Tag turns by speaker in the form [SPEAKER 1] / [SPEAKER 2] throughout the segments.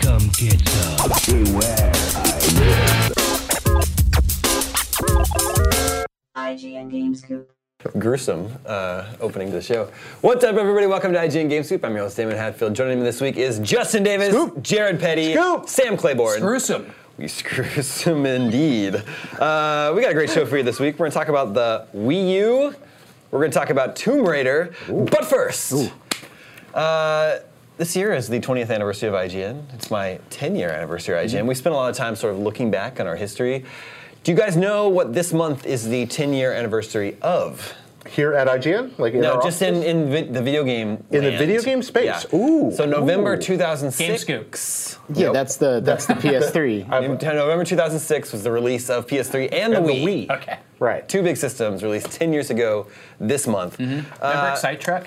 [SPEAKER 1] come get some.
[SPEAKER 2] IGN Games Coop.
[SPEAKER 3] gruesome uh, opening to the show. What's up, everybody? Welcome to IGN Game Scoop. I'm your host, Damon Hatfield. Joining me this week is Justin Davis, Jared Petty,
[SPEAKER 4] Scoop!
[SPEAKER 3] Sam Claiborne.
[SPEAKER 4] gruesome.
[SPEAKER 3] We gruesome indeed. Uh, we got a great show for you this week. We're going to talk about the Wii U. We're going to talk about Tomb Raider. But first, uh, this year is the 20th anniversary of IGN. It's my 10 year anniversary of IGN.
[SPEAKER 5] Mm-hmm.
[SPEAKER 3] We spent a lot of time sort of looking back on our history. Do you guys know what this month is the 10 year anniversary of?
[SPEAKER 5] Here at IGN, like in
[SPEAKER 3] No,
[SPEAKER 5] our
[SPEAKER 3] just in,
[SPEAKER 5] offices?
[SPEAKER 3] in vi- the video game
[SPEAKER 5] In the
[SPEAKER 3] land.
[SPEAKER 5] video game space. Ooh.
[SPEAKER 3] So November
[SPEAKER 5] Ooh.
[SPEAKER 3] 2006.
[SPEAKER 6] Yeah, that's the that's the PS3.
[SPEAKER 5] I-
[SPEAKER 3] November 2006 was the release of PS3 and the
[SPEAKER 5] And the
[SPEAKER 3] Wii.
[SPEAKER 4] Okay.
[SPEAKER 5] right.
[SPEAKER 3] Two big systems released 10 years ago this month.
[SPEAKER 4] Remember Excite Truck?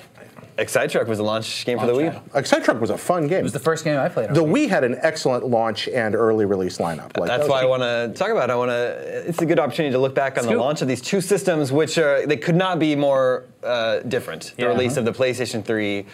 [SPEAKER 3] Excite Truck was the launch game for the Wii.
[SPEAKER 4] Launch title.
[SPEAKER 5] Excite Truck was a fun game.
[SPEAKER 4] It was the first game I played. on
[SPEAKER 5] The
[SPEAKER 4] it.
[SPEAKER 5] Wii had an excellent launch and early release lineup. Like
[SPEAKER 3] That's why I want to talk about. It. I want to. It's a good opportunity to look back on the
[SPEAKER 4] Scoop.
[SPEAKER 3] launch of these two systems, which are they could not be more uh, different. The
[SPEAKER 4] Yeah.
[SPEAKER 3] release of the PlayStation 3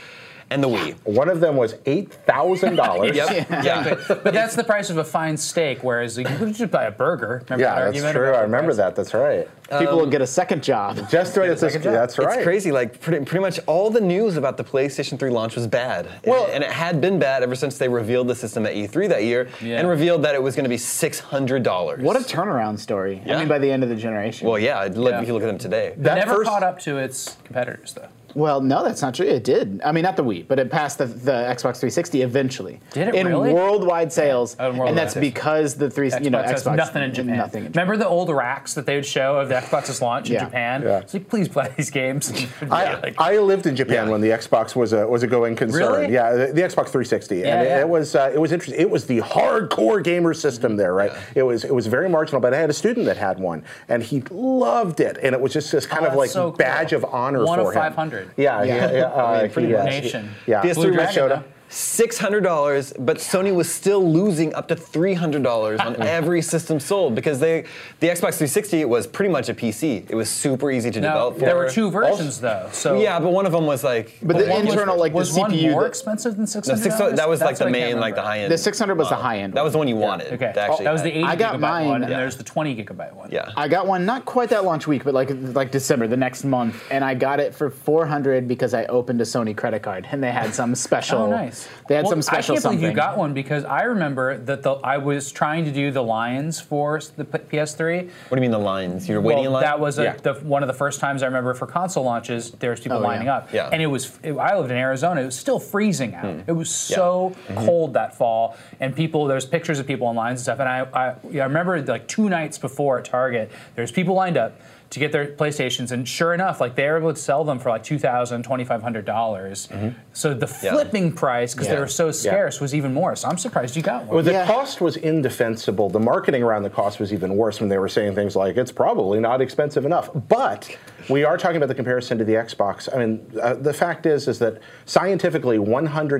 [SPEAKER 3] and the Wii.
[SPEAKER 5] One of them was eight thousand dollars.
[SPEAKER 3] Yep. yeah.
[SPEAKER 4] But that's the price of a fine steak, whereas you could just buy a burger. Remember that
[SPEAKER 5] Yeah, that's
[SPEAKER 4] argument
[SPEAKER 5] true.
[SPEAKER 4] about
[SPEAKER 5] I
[SPEAKER 4] the
[SPEAKER 5] remember
[SPEAKER 4] price? Um,
[SPEAKER 5] that. That's right.
[SPEAKER 6] People will get a second job.
[SPEAKER 5] Just right. That's,
[SPEAKER 4] job.
[SPEAKER 5] that's right.
[SPEAKER 3] It's crazy. Like pretty, pretty much all the news about the PlayStation 3 launch was bad.
[SPEAKER 5] Well-
[SPEAKER 3] and it had been bad ever since they revealed the system at E3 that year
[SPEAKER 4] Yeah.
[SPEAKER 3] and revealed that it was going to be $600.
[SPEAKER 6] What a turnaround story.
[SPEAKER 3] Yeah.
[SPEAKER 6] I mean, by the end of the generation.
[SPEAKER 3] Well, yeah, I'd let-
[SPEAKER 4] Yeah.
[SPEAKER 3] if you look at them today.
[SPEAKER 4] It
[SPEAKER 5] That
[SPEAKER 4] never
[SPEAKER 5] first-
[SPEAKER 4] caught up to its competitors, though.
[SPEAKER 6] Well, no, that's not true. It did. I mean, not the Wii, but it passed the, the Xbox 360 eventually.
[SPEAKER 4] Did it
[SPEAKER 6] in
[SPEAKER 4] really?
[SPEAKER 6] worldwide sales?
[SPEAKER 4] Oh, in worldwide
[SPEAKER 6] and that's
[SPEAKER 4] sales.
[SPEAKER 6] because the three,
[SPEAKER 4] Xbox
[SPEAKER 6] you know,
[SPEAKER 4] has
[SPEAKER 6] Xbox
[SPEAKER 4] nothing in Japan.
[SPEAKER 6] Nothing in Japan.
[SPEAKER 4] Remember the old racks that they would show of the Xbox's launch
[SPEAKER 6] Yeah.
[SPEAKER 4] in Japan?
[SPEAKER 5] Yeah.
[SPEAKER 4] It's like, please play these games.
[SPEAKER 5] I, I lived in Japan when the Xbox was a was a going concern.
[SPEAKER 4] Really?
[SPEAKER 5] Yeah, the, the Xbox 360,
[SPEAKER 4] Yeah,
[SPEAKER 5] and it,
[SPEAKER 4] yeah.
[SPEAKER 5] it was uh, it was interesting. It was the hardcore gamer system there, right? It was it was very marginal, but I had a student that had one, and he loved it, and it was just this kind of
[SPEAKER 4] Oh, that's
[SPEAKER 5] like
[SPEAKER 4] so cool.
[SPEAKER 5] badge of honor
[SPEAKER 4] One
[SPEAKER 5] for
[SPEAKER 4] of
[SPEAKER 5] him.
[SPEAKER 4] 500.
[SPEAKER 5] Yeah,
[SPEAKER 6] Yeah.
[SPEAKER 5] yeah, yeah. uh,
[SPEAKER 3] pretty
[SPEAKER 5] he, uh,
[SPEAKER 3] much.
[SPEAKER 4] Nation.
[SPEAKER 5] Yeah,
[SPEAKER 3] PS3
[SPEAKER 4] Blue Dragon,
[SPEAKER 3] Minnesota.
[SPEAKER 4] huh?
[SPEAKER 3] $600, but Sony was still losing up to $300 on every system sold because they the Xbox 360 was pretty much a PC. It was super easy to
[SPEAKER 4] Now,
[SPEAKER 3] develop for.
[SPEAKER 4] there were two versions, though. So
[SPEAKER 3] Yeah, but one of them was like
[SPEAKER 6] But the
[SPEAKER 4] One was-
[SPEAKER 6] internal, like
[SPEAKER 4] was
[SPEAKER 6] the
[SPEAKER 4] one
[SPEAKER 6] CPU,
[SPEAKER 4] more
[SPEAKER 6] the-
[SPEAKER 4] expensive than six
[SPEAKER 3] No,
[SPEAKER 4] hundred.
[SPEAKER 3] six, that was like the main, like the high end.
[SPEAKER 6] the 600 was the high end.
[SPEAKER 3] That
[SPEAKER 6] one.
[SPEAKER 3] was the one you wanted.
[SPEAKER 4] Okay, Oh,
[SPEAKER 3] to actually
[SPEAKER 4] that was the
[SPEAKER 3] have.
[SPEAKER 4] eighty
[SPEAKER 6] I got
[SPEAKER 4] gigabyte
[SPEAKER 6] mine.
[SPEAKER 4] one, and
[SPEAKER 6] Yeah.
[SPEAKER 4] there's the twenty gigabyte one.
[SPEAKER 3] Yeah.
[SPEAKER 6] I got one not quite that launch week, but like like December, the next month, and I got it for 400 because I opened a Sony credit card and they had some special
[SPEAKER 4] Oh, nice.
[SPEAKER 6] They had
[SPEAKER 4] Well,
[SPEAKER 6] some special
[SPEAKER 4] I can't
[SPEAKER 6] something.
[SPEAKER 4] believe you got one because I remember that the I was trying to do the Lions for the P- PS3.
[SPEAKER 3] What do you mean the lines? You're waiting in
[SPEAKER 4] well,
[SPEAKER 3] line.
[SPEAKER 4] that was a,
[SPEAKER 3] Yeah.
[SPEAKER 4] the, one of the first times I remember for console launches. There's people
[SPEAKER 6] Oh, yeah.
[SPEAKER 4] lining up,
[SPEAKER 3] Yeah. Hmm.
[SPEAKER 4] and it was. It, I lived in Arizona. It was still freezing out. It was so
[SPEAKER 3] Mm-hmm.
[SPEAKER 4] cold that fall, and people. There's pictures of people in lines and stuff. And I, I, yeah, I remember like two nights before at Target, there's people lined up to get their PlayStations, and sure enough, like they were able to sell them for like two thousand, twenty five hundred dollars. So the
[SPEAKER 3] Mm-hmm. Yeah.
[SPEAKER 4] flipping price, because they
[SPEAKER 3] Yeah.
[SPEAKER 4] were so scarce, was even more. So I'm surprised you got one.
[SPEAKER 5] Well, the
[SPEAKER 6] Yeah.
[SPEAKER 5] cost was indefensible. The marketing around the cost was even worse when they were saying things like, it's probably not expensive enough. But we are talking about the comparison to the Xbox. I mean, uh, the fact is, is that scientifically,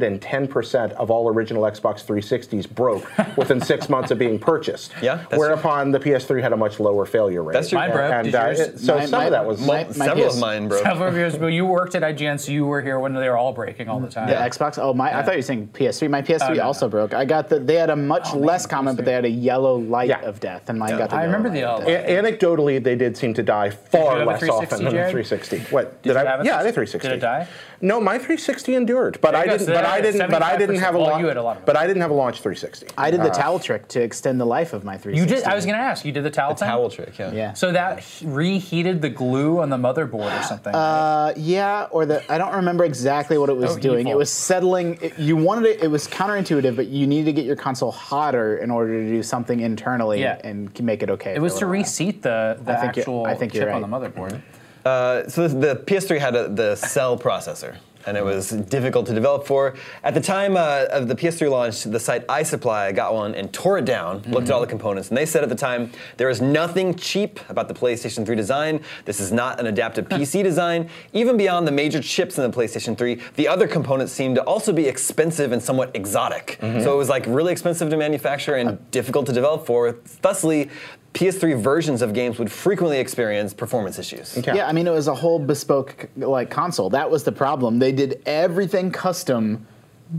[SPEAKER 5] 110% of all original Xbox 360s broke within six months of being purchased.
[SPEAKER 3] Yeah, that's true.
[SPEAKER 5] Whereupon the PS3 had a much lower failure rate.
[SPEAKER 3] That's true. Mine
[SPEAKER 4] broke.
[SPEAKER 5] And,
[SPEAKER 4] Did
[SPEAKER 5] uh,
[SPEAKER 4] yours?
[SPEAKER 5] it- so
[SPEAKER 6] My-
[SPEAKER 5] some
[SPEAKER 6] my-
[SPEAKER 5] of that was
[SPEAKER 6] my-
[SPEAKER 3] Several
[SPEAKER 6] PS
[SPEAKER 3] of mine, bro.
[SPEAKER 4] Several years ago, you worked at IGN, so you were here when they were all breaking all the
[SPEAKER 3] Mm-hmm.
[SPEAKER 4] time.
[SPEAKER 6] The Xbox. Oh my! I thought you were saying PS3. My PS3
[SPEAKER 4] Oh, no, Oh,
[SPEAKER 6] also broke. I got the. They had a much less common, but they had a yellow light
[SPEAKER 5] Yeah.
[SPEAKER 6] of death, and mine got the.
[SPEAKER 4] I
[SPEAKER 6] yellow
[SPEAKER 4] remember
[SPEAKER 6] light
[SPEAKER 4] the uh,
[SPEAKER 6] of
[SPEAKER 4] yellow
[SPEAKER 6] death.
[SPEAKER 4] light.
[SPEAKER 5] A- anecdotally, they did seem to die far
[SPEAKER 4] have a
[SPEAKER 5] less often
[SPEAKER 4] 360,
[SPEAKER 5] than
[SPEAKER 4] Jared?
[SPEAKER 5] the 360. What
[SPEAKER 4] Did you have a
[SPEAKER 5] yeah, I did
[SPEAKER 4] 360?
[SPEAKER 5] 360.
[SPEAKER 4] Did it die?
[SPEAKER 5] No, my 360 endured, but
[SPEAKER 4] There
[SPEAKER 5] I
[SPEAKER 4] you go,
[SPEAKER 5] didn't. but
[SPEAKER 4] so that-
[SPEAKER 5] I didn't. But I didn't have a
[SPEAKER 4] 75%
[SPEAKER 5] launch.
[SPEAKER 4] well, Oh, you had a lot of it.
[SPEAKER 5] but I didn't have a launch Uh, 360.
[SPEAKER 6] I did the towel trick to extend the life of my 360.
[SPEAKER 4] You did. I was going to ask. You did the towel
[SPEAKER 3] The
[SPEAKER 4] thing?
[SPEAKER 3] towel trick. Yeah.
[SPEAKER 6] Yeah.
[SPEAKER 4] So that he- reheated the glue on the motherboard or something.
[SPEAKER 6] Uh, yeah, or the I don't remember exactly what it was
[SPEAKER 4] Oh,
[SPEAKER 6] doing.
[SPEAKER 4] evil.
[SPEAKER 6] It was settling. It, you wanted it. It was counterintuitive, but you needed to get your console hotter in order to do something internally
[SPEAKER 4] Yeah.
[SPEAKER 6] and c- make it okay.
[SPEAKER 4] it was to reseat the, the
[SPEAKER 6] I think you-
[SPEAKER 4] actual
[SPEAKER 6] I think
[SPEAKER 4] chip
[SPEAKER 6] you're
[SPEAKER 4] on the
[SPEAKER 6] right.
[SPEAKER 4] motherboard.
[SPEAKER 3] Uh, so the, the PS3 had a, the cell processor, and it was difficult to develop for. At the time uh, of the PS3 launch, the site iSupply got one and tore it down, looked at all the components, and they said at the time there is nothing cheap about the PlayStation 3 design. This is not an adaptive PC design. Even beyond the major chips in the PlayStation 3, the other components seemed to also be expensive and somewhat exotic. So it was like really expensive to manufacture and difficult to develop for. Thusly. PS3 versions of games would frequently experience performance issues.
[SPEAKER 6] Yeah. I mean, it was a whole bespoke like console. That was the problem. They did everything custom,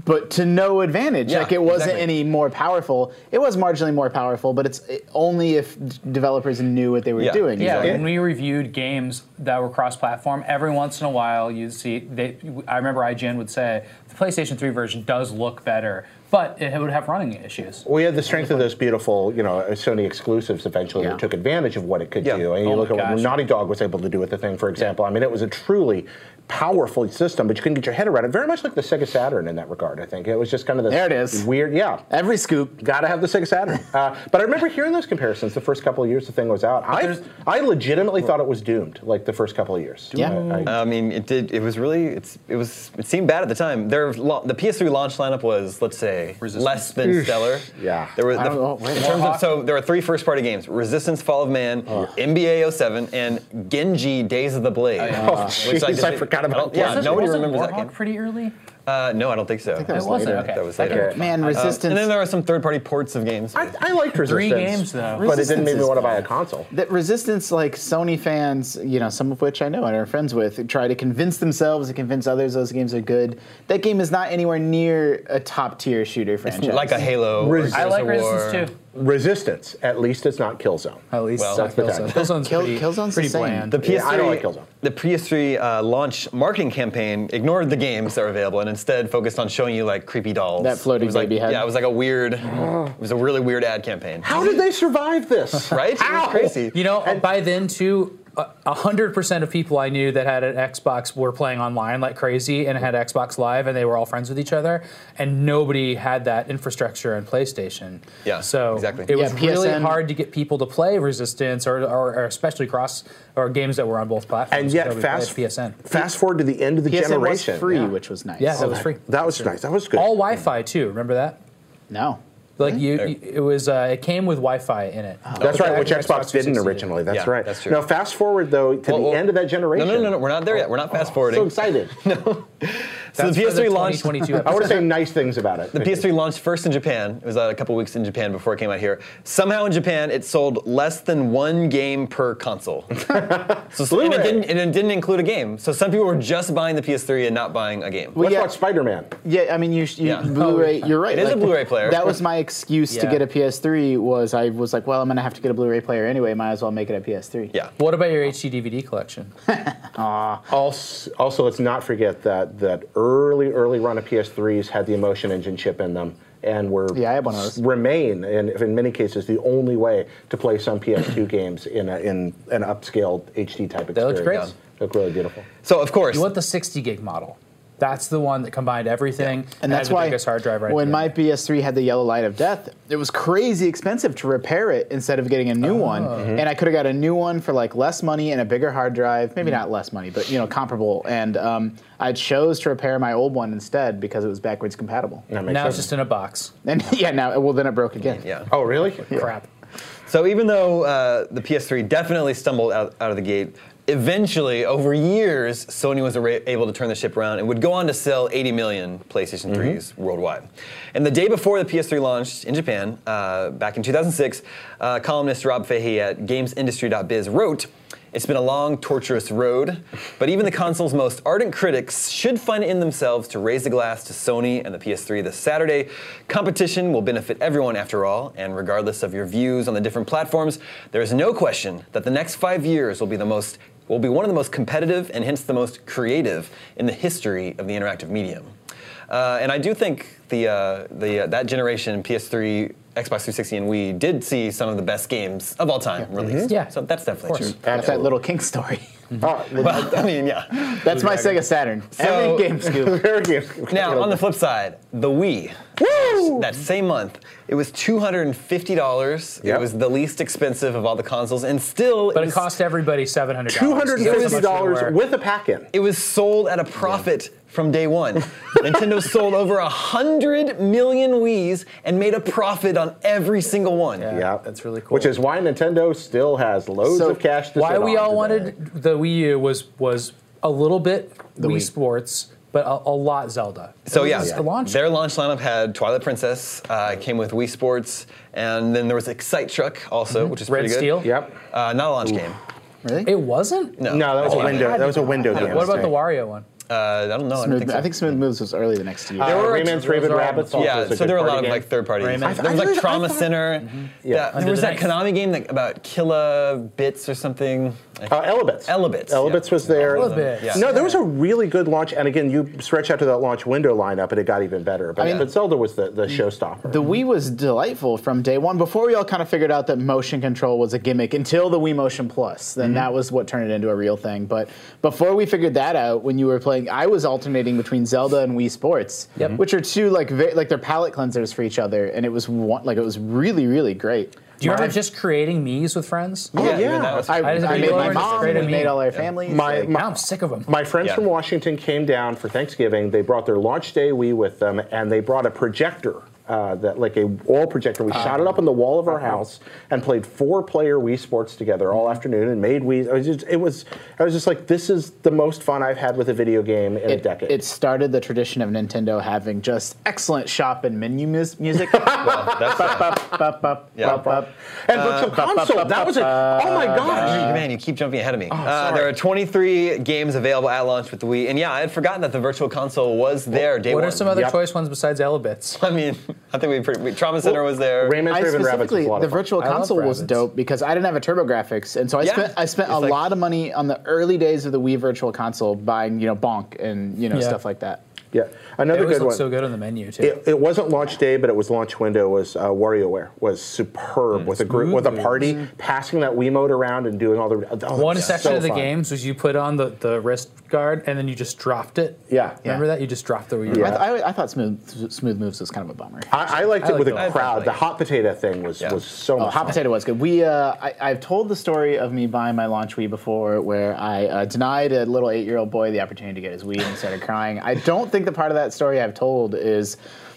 [SPEAKER 6] but to no advantage.
[SPEAKER 3] Yeah,
[SPEAKER 6] like it wasn't
[SPEAKER 3] exactly.
[SPEAKER 6] any more powerful. It was marginally more powerful, but it's it- only if d- developers knew what they were
[SPEAKER 3] Yeah.
[SPEAKER 6] doing.
[SPEAKER 4] Yeah,
[SPEAKER 3] Exactly.
[SPEAKER 4] when we reviewed games that were cross-platform, every once in a while you'd see. They, I remember IGN would say the PlayStation 3 version does look better, but it would have running issues.
[SPEAKER 5] We had the strength of those beautiful, you know, Sony exclusives. Eventually,
[SPEAKER 6] Yeah.
[SPEAKER 5] that took advantage of what it could
[SPEAKER 3] Yeah.
[SPEAKER 5] do. And you
[SPEAKER 4] Oh
[SPEAKER 5] look
[SPEAKER 4] my
[SPEAKER 5] at what
[SPEAKER 4] gosh.
[SPEAKER 5] Naughty Dog was able to do with the thing, for example. I mean, it was a truly powerful system, but you couldn't get your head around it. Very much like the Sega Saturn in that regard. I think it was just kind of this
[SPEAKER 6] There it is.
[SPEAKER 5] weird. Yeah,
[SPEAKER 6] Every scoop.
[SPEAKER 5] Got to have the Sega Saturn. Uh, but I remember hearing those comparisons the first couple of years the thing was out. I,
[SPEAKER 4] there's-
[SPEAKER 5] I legitimately thought it was doomed, like the first couple of years.
[SPEAKER 6] Yeah.
[SPEAKER 5] I- I-
[SPEAKER 3] I mean, it did. It was really. It's. It was. It seemed bad at the time. Their la- the PS3 launch lineup was, let's say, less than stellar.
[SPEAKER 5] Yeah.
[SPEAKER 3] There were
[SPEAKER 6] I
[SPEAKER 3] the-
[SPEAKER 6] don't know, wait.
[SPEAKER 3] in terms of so there were three first party games: Resistance, Fall of Man,
[SPEAKER 6] Oh.
[SPEAKER 3] NBA 07, and Genji Days of the Blade.
[SPEAKER 5] Oh, jeez, I
[SPEAKER 3] didn't-
[SPEAKER 5] forgot about
[SPEAKER 3] don't- Yeah,
[SPEAKER 5] Wasn't-
[SPEAKER 3] Uh, nobody
[SPEAKER 4] Wasn't
[SPEAKER 3] remembers that
[SPEAKER 4] Warhawk
[SPEAKER 3] game.
[SPEAKER 4] pretty early.
[SPEAKER 3] Uh, no, I don't think so.
[SPEAKER 6] that was
[SPEAKER 4] it wasn't.
[SPEAKER 6] later.
[SPEAKER 4] Okay.
[SPEAKER 3] That was
[SPEAKER 4] That
[SPEAKER 3] later.
[SPEAKER 4] could-
[SPEAKER 6] Man,
[SPEAKER 3] Uh,
[SPEAKER 6] resistance.
[SPEAKER 3] and then there were some third party ports of games.
[SPEAKER 5] I, I liked Resistance.
[SPEAKER 4] games, though.
[SPEAKER 5] But it didn't
[SPEAKER 6] Resistance
[SPEAKER 5] make me
[SPEAKER 6] is
[SPEAKER 5] want to buy a
[SPEAKER 6] fine.
[SPEAKER 5] console.
[SPEAKER 6] that resistance like sony fans you know some of which i know and are friends with try to convince themselves and convince others those games are good that game is not anywhere near a top tier shooter franchise
[SPEAKER 3] like a Halo. or
[SPEAKER 5] Resistance.
[SPEAKER 4] I
[SPEAKER 3] Gears of
[SPEAKER 4] like
[SPEAKER 3] War.
[SPEAKER 4] Resistance too.
[SPEAKER 5] Resistance, at least it's not Killzone.
[SPEAKER 4] At least
[SPEAKER 3] Well, that's
[SPEAKER 5] Killzone.
[SPEAKER 4] Killzone's
[SPEAKER 6] Kill-
[SPEAKER 4] pretty,
[SPEAKER 6] Killzone's
[SPEAKER 4] pretty
[SPEAKER 6] the same.
[SPEAKER 4] bland.
[SPEAKER 3] The PS3,
[SPEAKER 5] Yeah, I don't like Killzone.
[SPEAKER 3] The PS3 uh, launch marketing campaign ignored the games that were available and instead focused on showing you like creepy dolls.
[SPEAKER 6] That floaty
[SPEAKER 3] It was like-
[SPEAKER 6] baby head.
[SPEAKER 3] Yeah, it was like a weird. it was a really weird ad campaign.
[SPEAKER 5] How did they survive this?
[SPEAKER 3] Right? It was
[SPEAKER 5] How?
[SPEAKER 3] crazy.
[SPEAKER 4] You know, by then too, a hundred percent of people I knew that had an Xbox were playing online like crazy and had Xbox Live, and they were all friends with each other, and nobody had that infrastructure in PlayStation.
[SPEAKER 3] Yeah,
[SPEAKER 4] so
[SPEAKER 3] exactly.
[SPEAKER 4] It was
[SPEAKER 6] Yeah,
[SPEAKER 4] really
[SPEAKER 6] PSN.
[SPEAKER 4] hard to get people to play Resistance or, or, or especially cross or games that were on both platforms.
[SPEAKER 5] And yet,
[SPEAKER 4] Nobody played
[SPEAKER 5] fast,
[SPEAKER 4] PSN.
[SPEAKER 5] fast forward to the end of the
[SPEAKER 6] PSN
[SPEAKER 5] generation.
[SPEAKER 6] was free
[SPEAKER 5] Yeah.
[SPEAKER 6] which was nice
[SPEAKER 4] Yeah, that was free.
[SPEAKER 5] That was nice. That was good.
[SPEAKER 4] All Wi-Fi too. Remember that?
[SPEAKER 6] no
[SPEAKER 4] Like
[SPEAKER 3] Mm-hmm.
[SPEAKER 4] you, you- it was. Uh, it came with Wi-Fi in it.
[SPEAKER 5] That's right, which Xbox, didn't
[SPEAKER 4] 360
[SPEAKER 5] originally. That's
[SPEAKER 3] Yeah,
[SPEAKER 5] right.
[SPEAKER 3] that's true.
[SPEAKER 5] Now, fast forward, though, to
[SPEAKER 3] Well,
[SPEAKER 5] the
[SPEAKER 3] well,
[SPEAKER 5] end of that generation.
[SPEAKER 3] No, no, no, no. We're not there yet. We're not fast forwarding.
[SPEAKER 5] So excited.
[SPEAKER 3] Oh. so
[SPEAKER 4] That's
[SPEAKER 3] the
[SPEAKER 4] for
[SPEAKER 3] PS3 launched.
[SPEAKER 4] 2022
[SPEAKER 5] I want to
[SPEAKER 4] episode.
[SPEAKER 5] say nice things about it.
[SPEAKER 3] The PS3 launched first in Japan. It was uh, a couple weeks in Japan before it came out here. Somehow in Japan, it sold less than one game per console. so, so- and, it
[SPEAKER 5] Blu-ray.
[SPEAKER 3] didn't, and it didn't include a game. So some people were just buying the PS3 and not buying a game.
[SPEAKER 5] Let's
[SPEAKER 6] yeah.
[SPEAKER 5] watch Spider Man.
[SPEAKER 6] yeah i mean you, you
[SPEAKER 3] Yeah.
[SPEAKER 6] blu-ray you're right
[SPEAKER 3] It is a Blu-ray player.
[SPEAKER 6] that was my excuse to
[SPEAKER 4] Yeah.
[SPEAKER 6] get a ps3 was i was like well i'm gonna have to get a blu-ray player anyway might as well make it a ps3
[SPEAKER 3] Yeah.
[SPEAKER 4] What about your HD DVD collection?
[SPEAKER 5] Also, also, let's not forget that that early, early run of PS3s had the emotion engine chip in them, and were
[SPEAKER 6] Yeah, I had one of those.
[SPEAKER 5] remain in, in many cases the only way to play some PS2 games in a, in an upscaled HD type experience.
[SPEAKER 4] They looked great.
[SPEAKER 5] Look really beautiful.
[SPEAKER 3] So of course,
[SPEAKER 4] You want the 60 gig model. That's the one that combined everything
[SPEAKER 6] and that's
[SPEAKER 4] had the
[SPEAKER 6] why
[SPEAKER 4] biggest hard drive right
[SPEAKER 6] when
[SPEAKER 4] there.
[SPEAKER 6] my PS3 had the yellow light of death, it was crazy expensive to repair it instead of getting a new one. And I could have got a new one for like less money and a bigger hard drive, maybe not less money, but you know comparable. And um, I chose to repair my old one instead because it was backwards compatible.
[SPEAKER 5] That makes
[SPEAKER 4] now it's
[SPEAKER 5] sense.
[SPEAKER 4] just in a box.
[SPEAKER 6] And yeah, now well then it broke again.
[SPEAKER 3] yeah.
[SPEAKER 5] oh really?
[SPEAKER 4] Crap.
[SPEAKER 3] So even though uh, the PS3 definitely stumbled out, out of the gate, eventually, over years, Sony was arra- able to turn the ship around and would go on to sell 80 million PlayStation 3s worldwide. And the day before the PS3 launched in Japan, uh, back in 2006, uh, columnist Rob Fahey at GamesIndustry.biz wrote, it's been a long, tortuous road, but even the console's most ardent critics should find it in themselves to raise the glass to Sony and the PS3 this Saturday. Competition will benefit everyone, after all, and regardless of your views on the different platforms, there is no question that the next five years will be the most will be one of the most competitive and hence the most creative in the history of the interactive medium. Uh, and I do think the uh, the uh, that generation PS3, Xbox 360, and Wii did see some of the best games of all time released.
[SPEAKER 4] Yeah.
[SPEAKER 3] so that's definitely true.
[SPEAKER 6] That's that little King story.
[SPEAKER 5] Oh,
[SPEAKER 3] Well, I mean, yeah.
[SPEAKER 6] That's my Sega Saturn.
[SPEAKER 3] So-
[SPEAKER 6] Every game scoop.
[SPEAKER 5] very good.
[SPEAKER 3] Now, on the flip side, the Wii. That same month, it was two hundred and fifty dollars. It
[SPEAKER 5] Yep.
[SPEAKER 3] was the least expensive of all the consoles, and still,
[SPEAKER 4] But
[SPEAKER 3] was,
[SPEAKER 4] it cost everybody $700.
[SPEAKER 5] Two hundred and
[SPEAKER 4] That's how
[SPEAKER 5] fifty
[SPEAKER 4] much they
[SPEAKER 5] dollars
[SPEAKER 4] were.
[SPEAKER 5] with a pack-in.
[SPEAKER 3] It was sold at a profit from day one. Nintendo sold over a hundred million Wii's and made a profit on every single one.
[SPEAKER 5] Yeah,
[SPEAKER 4] That's really cool.
[SPEAKER 5] Which is why Nintendo still has loads
[SPEAKER 6] So
[SPEAKER 5] of cash. To
[SPEAKER 4] why
[SPEAKER 5] sit
[SPEAKER 4] we
[SPEAKER 5] on
[SPEAKER 4] all
[SPEAKER 5] today.
[SPEAKER 4] wanted the Wii U was was a little bit Wii,
[SPEAKER 6] Wii.
[SPEAKER 4] Sports, but a, a lot Zelda.
[SPEAKER 3] So
[SPEAKER 4] It
[SPEAKER 3] yeah,
[SPEAKER 4] was the launch.
[SPEAKER 3] their launch lineup had Twilight Princess, uh, came with Wii Sports, and then there was Excite Truck also, which is
[SPEAKER 4] Mm-hmm. Red
[SPEAKER 3] pretty good.
[SPEAKER 4] Steel?
[SPEAKER 5] Yep.
[SPEAKER 3] Uh, not a launch game.
[SPEAKER 6] Really?
[SPEAKER 4] it wasn't.
[SPEAKER 3] No.
[SPEAKER 5] No, that was
[SPEAKER 3] Oh,
[SPEAKER 5] a window. That was a window game.
[SPEAKER 4] What about the
[SPEAKER 5] mistake.
[SPEAKER 4] Wario one?
[SPEAKER 3] Uh, I don't know. I don't
[SPEAKER 6] Smooth,
[SPEAKER 3] think so.
[SPEAKER 6] I think Smooth Moves was early the next year.
[SPEAKER 5] Uh,
[SPEAKER 3] were-
[SPEAKER 5] Rayman's
[SPEAKER 4] there was
[SPEAKER 5] Raven
[SPEAKER 4] a-
[SPEAKER 5] Rabbits. also
[SPEAKER 3] Yeah,
[SPEAKER 5] is a
[SPEAKER 3] so
[SPEAKER 5] good
[SPEAKER 3] there were a
[SPEAKER 5] party
[SPEAKER 3] lot of
[SPEAKER 5] game.
[SPEAKER 3] like third party.
[SPEAKER 4] Rayman.
[SPEAKER 3] There
[SPEAKER 4] I
[SPEAKER 3] was
[SPEAKER 4] th-
[SPEAKER 5] I
[SPEAKER 3] like
[SPEAKER 5] really- I
[SPEAKER 3] Trauma
[SPEAKER 5] thought- Mm-hmm.
[SPEAKER 3] Center. that- there
[SPEAKER 4] Under
[SPEAKER 3] was
[SPEAKER 4] the
[SPEAKER 3] that
[SPEAKER 4] knife.
[SPEAKER 3] Konami game that, about Killa Bits or something.
[SPEAKER 5] Uh, Elabits.
[SPEAKER 3] Elabits,
[SPEAKER 5] Elabits
[SPEAKER 3] yeah.
[SPEAKER 5] was there.
[SPEAKER 4] Elabits.
[SPEAKER 3] Yeah.
[SPEAKER 5] No, there was a really good launch, and again, you stretch out to that launch window lineup, and it got even better. But,
[SPEAKER 6] I mean-
[SPEAKER 5] but Zelda was the, the showstopper.
[SPEAKER 6] The Wii was delightful from day one. Before we all kind of figured out that motion control was a gimmick until the Wii Motion Plus,
[SPEAKER 5] Mm-hmm.
[SPEAKER 6] then that was what turned it into a real thing. But before we figured that out, when you were playing, I was alternating between Zelda and Wii Sports,
[SPEAKER 4] Yep.
[SPEAKER 6] which are two like ve- like they're palate cleansers for each other, and it was one like it was really really great.
[SPEAKER 4] Do you remember just creating Mii's with friends?
[SPEAKER 3] Oh, Yeah, even
[SPEAKER 5] yeah.
[SPEAKER 3] that was-
[SPEAKER 6] I,
[SPEAKER 4] I just-
[SPEAKER 6] I
[SPEAKER 4] I
[SPEAKER 6] made my
[SPEAKER 4] learned
[SPEAKER 6] mom,
[SPEAKER 4] straight
[SPEAKER 6] we
[SPEAKER 4] to me.
[SPEAKER 6] made all our families.
[SPEAKER 5] My-
[SPEAKER 6] like-
[SPEAKER 5] my-
[SPEAKER 4] Now I'm sick of them.
[SPEAKER 5] My friends
[SPEAKER 3] Yeah.
[SPEAKER 5] from Washington came down for Thanksgiving. They brought their launch day Wii with them, and they brought a projector, uh, that like a wall projector.
[SPEAKER 6] Ah.
[SPEAKER 5] We shot it up on the wall of
[SPEAKER 6] Uh-huh.
[SPEAKER 5] our house and played four-player Wii Sports together
[SPEAKER 6] Mm-hmm.
[SPEAKER 5] all afternoon and made Wii. It was, just, it was. I was just like, this is the most fun I've had with a video game in a
[SPEAKER 6] it,
[SPEAKER 5] decade.
[SPEAKER 6] it started the tradition of Nintendo having just excellent shop and menu mus- music.
[SPEAKER 3] That's, uh,
[SPEAKER 6] Bup, bup,
[SPEAKER 3] Yeah.
[SPEAKER 6] bup, bup.
[SPEAKER 5] and books
[SPEAKER 6] uh,
[SPEAKER 5] of console. That was it. Oh my gosh. Oh,
[SPEAKER 3] you- man, you keep jumping ahead of me. Uh, there are 23 games available at launch with the Wii, and yeah, I had forgotten that the Virtual Console was there day
[SPEAKER 4] what
[SPEAKER 3] one.
[SPEAKER 4] are some other
[SPEAKER 5] Yep.
[SPEAKER 4] choice ones besides Elabits?
[SPEAKER 3] I mean, I think we pretty. We, Trauma Center was there.
[SPEAKER 5] Rayman's
[SPEAKER 6] I
[SPEAKER 5] Raven Rabbits was
[SPEAKER 6] specifically
[SPEAKER 5] a lot
[SPEAKER 6] the
[SPEAKER 5] of fun.
[SPEAKER 6] virtual
[SPEAKER 4] love
[SPEAKER 6] console was
[SPEAKER 4] rabbits.
[SPEAKER 6] dope because I didn't have a TurboGrafx, and so I
[SPEAKER 3] Yeah.
[SPEAKER 6] spent I spent a
[SPEAKER 3] It's like-
[SPEAKER 6] lot of money on the early days of the Wii Virtual Console buying you know Bonk and you know
[SPEAKER 4] Yeah.
[SPEAKER 6] stuff like that.
[SPEAKER 5] Yeah,
[SPEAKER 4] They
[SPEAKER 5] another
[SPEAKER 4] always
[SPEAKER 5] good
[SPEAKER 4] look
[SPEAKER 5] one.
[SPEAKER 4] so good on the menu too.
[SPEAKER 5] It, it wasn't launch day, but it was launch window. Was uh, WarioWare was
[SPEAKER 4] Mm,
[SPEAKER 5] superb with a group with a party passing that Wiimote around and doing all the oh, that
[SPEAKER 4] One
[SPEAKER 5] was
[SPEAKER 4] section
[SPEAKER 5] so
[SPEAKER 4] of the
[SPEAKER 5] fun.
[SPEAKER 4] games was you put on the, the wrist guard and then you just dropped it.
[SPEAKER 5] Yeah.
[SPEAKER 4] Remember
[SPEAKER 6] Yeah.
[SPEAKER 4] that? You just dropped the Wii.
[SPEAKER 6] I,
[SPEAKER 5] Yeah.
[SPEAKER 6] th- I, I thought smooth smooth moves was kind of a bummer.
[SPEAKER 5] I, I liked
[SPEAKER 4] I
[SPEAKER 5] it with
[SPEAKER 4] liked it.
[SPEAKER 5] a
[SPEAKER 4] I
[SPEAKER 5] crowd.
[SPEAKER 3] liked
[SPEAKER 5] The
[SPEAKER 3] it.
[SPEAKER 5] hot potato thing was
[SPEAKER 3] Yeah.
[SPEAKER 5] was so
[SPEAKER 6] Oh,
[SPEAKER 5] much
[SPEAKER 6] hot
[SPEAKER 5] fun.
[SPEAKER 6] potato was good. We, uh, I, I've told the story of me buying my launch Wii before, where I uh, denied a little eight-year-old boy the opportunity to get his Wii and he started crying. I don't think the part of that story I've told is.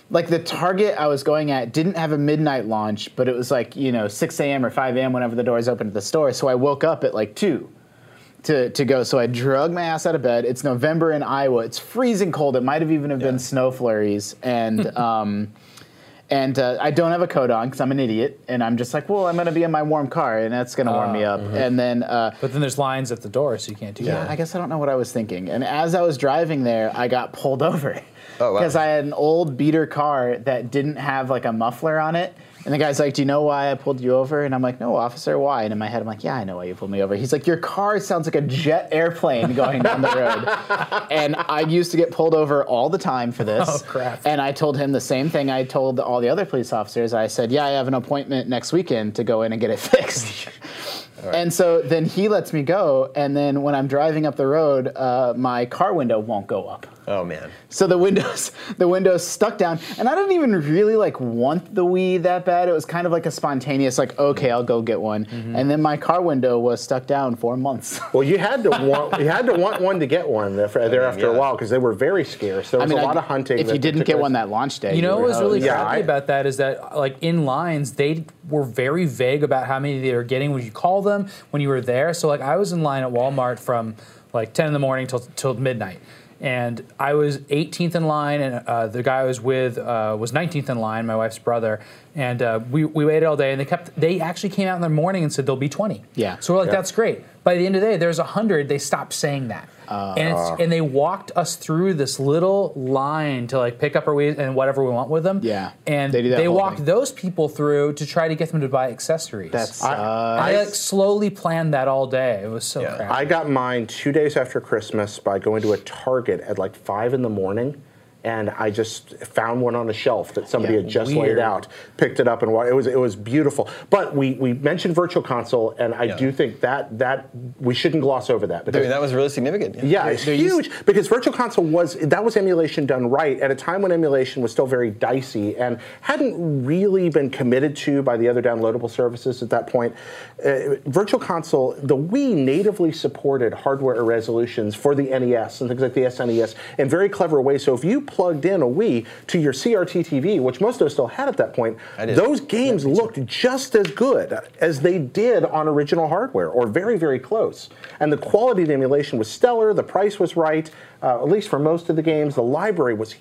[SPEAKER 6] Like the target I was going at didn't have a midnight launch, but it was like, you know, 6 a.m. or 5 a.m. whenever the doors opened at the store. So I woke up at like 2 to, to go. So I drug my ass out of bed. It's November in Iowa. It's freezing cold. It might have even have been snow flurries. And um, and uh, I don't have a coat on because I'm an idiot. And I'm just like, well, I'm going to be in my warm car, and that's going to warm
[SPEAKER 3] Ah,
[SPEAKER 6] me up.
[SPEAKER 3] mm-hmm.
[SPEAKER 6] And then uh,
[SPEAKER 4] But then there's lines at the door, so you can't do
[SPEAKER 6] yeah,
[SPEAKER 4] that.
[SPEAKER 6] I guess I don't know what I was thinking. And as I was driving there, I got pulled over.
[SPEAKER 3] Oh, wow.
[SPEAKER 6] Because I had an old beater car that didn't have like a muffler on it. And the guy's like, Do you know why I pulled you over? And I'm like, No, officer, why? And in my head, I'm like, Yeah, I know why you pulled me over. He's like, Your car sounds like a jet airplane going down the road. and I used to get pulled over all the time for this.
[SPEAKER 4] Oh, crap.
[SPEAKER 6] And I told him the same thing I told all the other police officers. I said, Yeah, I have an appointment next weekend to go in and get it fixed. And so then he lets me go, and then when I'm driving up the road, uh, my car window won't go up.
[SPEAKER 3] Oh man.
[SPEAKER 6] So the windows, the windows stuck down, and I didn't even really like want the Wii that bad. It was kind of like a spontaneous, like, okay, I'll go get one.
[SPEAKER 5] Mm-hmm.
[SPEAKER 6] And then my car window was stuck down for months.
[SPEAKER 5] Well, you had to want you had to want one to get one there, there after a
[SPEAKER 3] yeah.
[SPEAKER 5] while because they were very scarce. There was a lot of hunting.
[SPEAKER 6] If
[SPEAKER 5] that
[SPEAKER 6] you didn't get
[SPEAKER 5] particular-
[SPEAKER 6] one that launch day,
[SPEAKER 4] You know
[SPEAKER 6] were
[SPEAKER 4] what was really
[SPEAKER 6] hosed.
[SPEAKER 5] Yeah,
[SPEAKER 4] crappy
[SPEAKER 5] I-
[SPEAKER 4] about that is that like in lines they were very vague about how many they were getting when you call them when you were there. So like I was in line at Walmart from like 10 in the morning till till midnight. And I was 18th in line, and uh, the guy I was with uh, was 19th in line, my wife's brother. And uh, we, we waited all day, and they kept. They actually came out in the morning and said there'll be 20.
[SPEAKER 6] Yeah.
[SPEAKER 4] So we're like, that's great. By the end of the day, there's 100. They stopped saying that.
[SPEAKER 6] Uh.
[SPEAKER 4] and, it's, and they walked us through this little line to like pick up our weed and whatever we want with them.
[SPEAKER 6] Yeah.
[SPEAKER 4] And
[SPEAKER 6] They
[SPEAKER 4] they,
[SPEAKER 6] do that whole
[SPEAKER 4] walked
[SPEAKER 6] thing.
[SPEAKER 4] those people through to try to get them to buy accessories.
[SPEAKER 6] That's
[SPEAKER 4] I, like slowly planned that all day. It was so crappy.
[SPEAKER 5] I got mine two days after Christmas by going to a Target at like five in the morning, and I just found one on a shelf that somebody
[SPEAKER 6] Yeah,
[SPEAKER 5] had just laid
[SPEAKER 4] weird.
[SPEAKER 5] out, picked it up, and wa- it was it was beautiful. But we we mentioned Virtual Console, and I
[SPEAKER 3] Yeah.
[SPEAKER 5] do think that that we shouldn't gloss over that because
[SPEAKER 3] Dude, that was really significant.
[SPEAKER 5] yeah, it's huge because Virtual Console was that was emulation done right at a time when emulation was still very dicey and hadn't really been committed to by the other downloadable services at that point. Uh, Virtual Console, the Wii natively supported hardware resolutions for the NES and things like the SNES in very clever ways. So if you plugged in a Wii to your CRT TV, which most of us still had at that point,
[SPEAKER 3] did.
[SPEAKER 5] those games looked just as good as they did on original hardware, or very, very close. And the quality of the emulation was stellar. The price was right, uh, at least for most of the games. The library was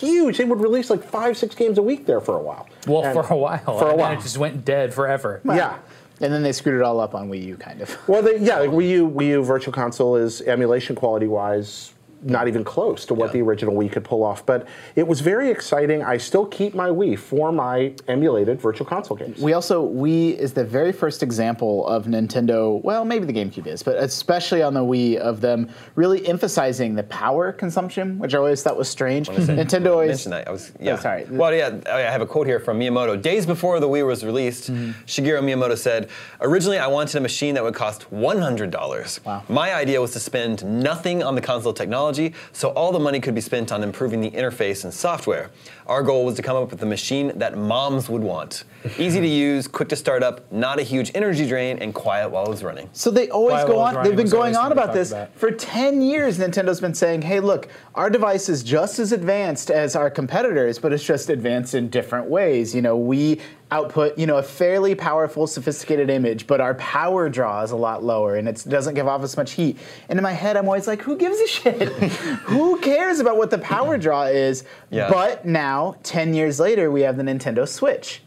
[SPEAKER 5] huge. They would release like five, six games a week there for a while.
[SPEAKER 4] well,
[SPEAKER 5] And-
[SPEAKER 4] for a while.
[SPEAKER 5] For a
[SPEAKER 4] And then
[SPEAKER 5] while.
[SPEAKER 4] It just went dead forever.
[SPEAKER 5] yeah.
[SPEAKER 6] And then they screwed it all up on Wii U, kind of.
[SPEAKER 5] Well, they, yeah, like Wii U, Wii U Virtual Console is emulation quality wise not even close to what the original Wii could pull off, but it was very exciting. I still keep my Wii for my emulated Virtual Console games.
[SPEAKER 6] We also Wii is the very first example of Nintendo. Well, maybe the GameCube is, but especially on the Wii of them really emphasizing the power consumption, which I always thought was strange. Nintendo always.
[SPEAKER 3] mentioned that. I was yeah.
[SPEAKER 6] Oh, sorry.
[SPEAKER 3] Well, yeah, I have a quote here from Miyamoto. Days before the Wii was released,
[SPEAKER 6] Mm-hmm.
[SPEAKER 3] Shigeru Miyamoto said, "Originally, I wanted a machine that would cost $100.
[SPEAKER 6] Wow.
[SPEAKER 3] My idea was to spend nothing on the console technology, so all the money could be spent on improving the interface and software. Our goal was to come up with a machine that moms would want, easy to use, quick to start up, not a huge energy drain, and quiet while it was running."
[SPEAKER 6] So they always
[SPEAKER 4] Firewalls
[SPEAKER 6] go on.
[SPEAKER 4] running
[SPEAKER 6] They've been
[SPEAKER 4] was always
[SPEAKER 6] going on
[SPEAKER 4] something we talked
[SPEAKER 6] about this
[SPEAKER 4] about.
[SPEAKER 6] for 10 years. Nintendo's been saying, "Hey, look, our device is just as advanced as our competitors, but it's just advanced in different ways. You know, we output, you know, a fairly powerful, sophisticated image, but our power draw is a lot lower, and it doesn't give off as much heat." And in my head, I'm always like, "Who gives a shit? Who cares about what the power draw is?"
[SPEAKER 3] Yeah.
[SPEAKER 6] But now, 10 years later, we have the Nintendo Switch.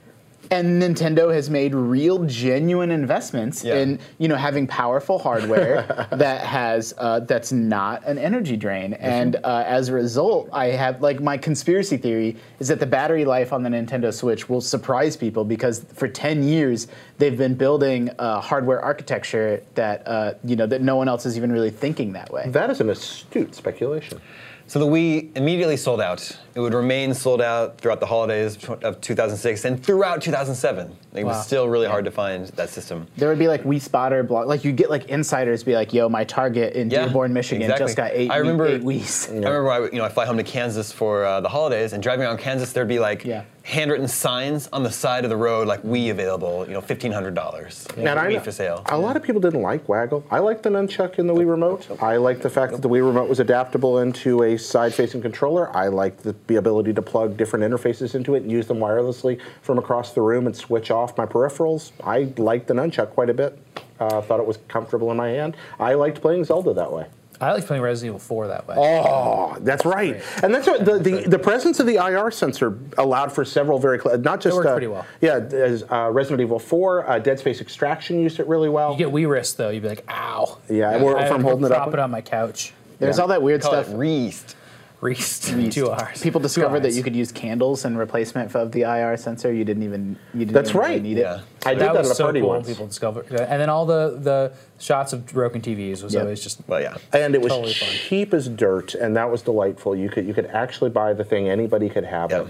[SPEAKER 6] And Nintendo has made real, genuine investments
[SPEAKER 3] Yeah.
[SPEAKER 6] in you know having powerful hardware that has uh, that's not an energy drain
[SPEAKER 3] Mm-hmm.
[SPEAKER 6] and uh, as a result i have like my conspiracy theory is that the battery life on the nintendo switch will surprise people because for 10 years they've been building uh, hardware architecture that uh, you know that no one else is even really thinking that way
[SPEAKER 5] That is an astute speculation.
[SPEAKER 3] So the Wii immediately sold out. It would remain sold out throughout the holidays of 2006 and throughout 2007. Like, It was
[SPEAKER 4] Wow.
[SPEAKER 3] still really hard to find that system.
[SPEAKER 6] there would be like Wii Spotter blog, like you would get like insiders be like, "Yo, my Target in
[SPEAKER 3] Yeah,
[SPEAKER 6] Dearborn, Michigan,
[SPEAKER 3] exactly.
[SPEAKER 6] just got eight,
[SPEAKER 3] I remember-
[SPEAKER 6] eight Wii's."
[SPEAKER 3] I remember I, would- you know I fly home to Kansas for uh, the holidays and driving around Kansas there'd be like
[SPEAKER 6] Yeah.
[SPEAKER 3] handwritten signs on the side of the road like Wii available, you know, fifteen hundred dollars.
[SPEAKER 5] And I
[SPEAKER 3] Wii
[SPEAKER 5] know-
[SPEAKER 3] for sale.
[SPEAKER 5] A lot of people didn't like Waggle. I like the nunchuck in the Wii Remote. I like the fact that the Wii Remote was adaptable into a side-facing controller. I like the, the ability to plug different interfaces into it and use them wirelessly from across the room and switch off my peripherals. I liked the nunchuck quite a bit. Uh, thought it was comfortable in my hand. I liked playing Zelda that way.
[SPEAKER 4] I liked playing Resident Evil 4 that way.
[SPEAKER 5] Oh, that's right. And that's what the, the, the presence of the IR sensor allowed for several very cl- not just
[SPEAKER 4] worked
[SPEAKER 5] uh,
[SPEAKER 4] pretty well.
[SPEAKER 5] Yeah, as, uh, Resident Evil 4, uh, Dead Space Extraction used it really well.
[SPEAKER 4] You get Wii wrist though, you'd be like, ow.
[SPEAKER 5] Yeah, or
[SPEAKER 4] I
[SPEAKER 5] from
[SPEAKER 4] had to
[SPEAKER 5] holding it
[SPEAKER 4] prop
[SPEAKER 5] up.
[SPEAKER 4] it on my couch.
[SPEAKER 6] There's all that weird
[SPEAKER 3] Call it
[SPEAKER 6] stuff.
[SPEAKER 3] Reist.
[SPEAKER 4] Reist.
[SPEAKER 6] Yeast.
[SPEAKER 4] Two R's.
[SPEAKER 6] People
[SPEAKER 4] Two
[SPEAKER 6] discovered that
[SPEAKER 4] I's.
[SPEAKER 6] you could use candles in replacement of the IR sensor. You didn't even you didn't
[SPEAKER 5] That's
[SPEAKER 6] even really
[SPEAKER 5] right.
[SPEAKER 6] need
[SPEAKER 3] Yeah.
[SPEAKER 6] it.
[SPEAKER 5] I did that,
[SPEAKER 4] was
[SPEAKER 5] at a
[SPEAKER 4] so
[SPEAKER 5] party
[SPEAKER 4] cool.
[SPEAKER 5] once.
[SPEAKER 4] People discovered, and then all the the shots of broken TVs was
[SPEAKER 6] Yep.
[SPEAKER 4] always just
[SPEAKER 3] Well, yeah.
[SPEAKER 5] and it was
[SPEAKER 4] Totally fine.
[SPEAKER 5] cheap as dirt, and that was delightful. You could you could actually buy the thing anybody could have.
[SPEAKER 3] Yeah.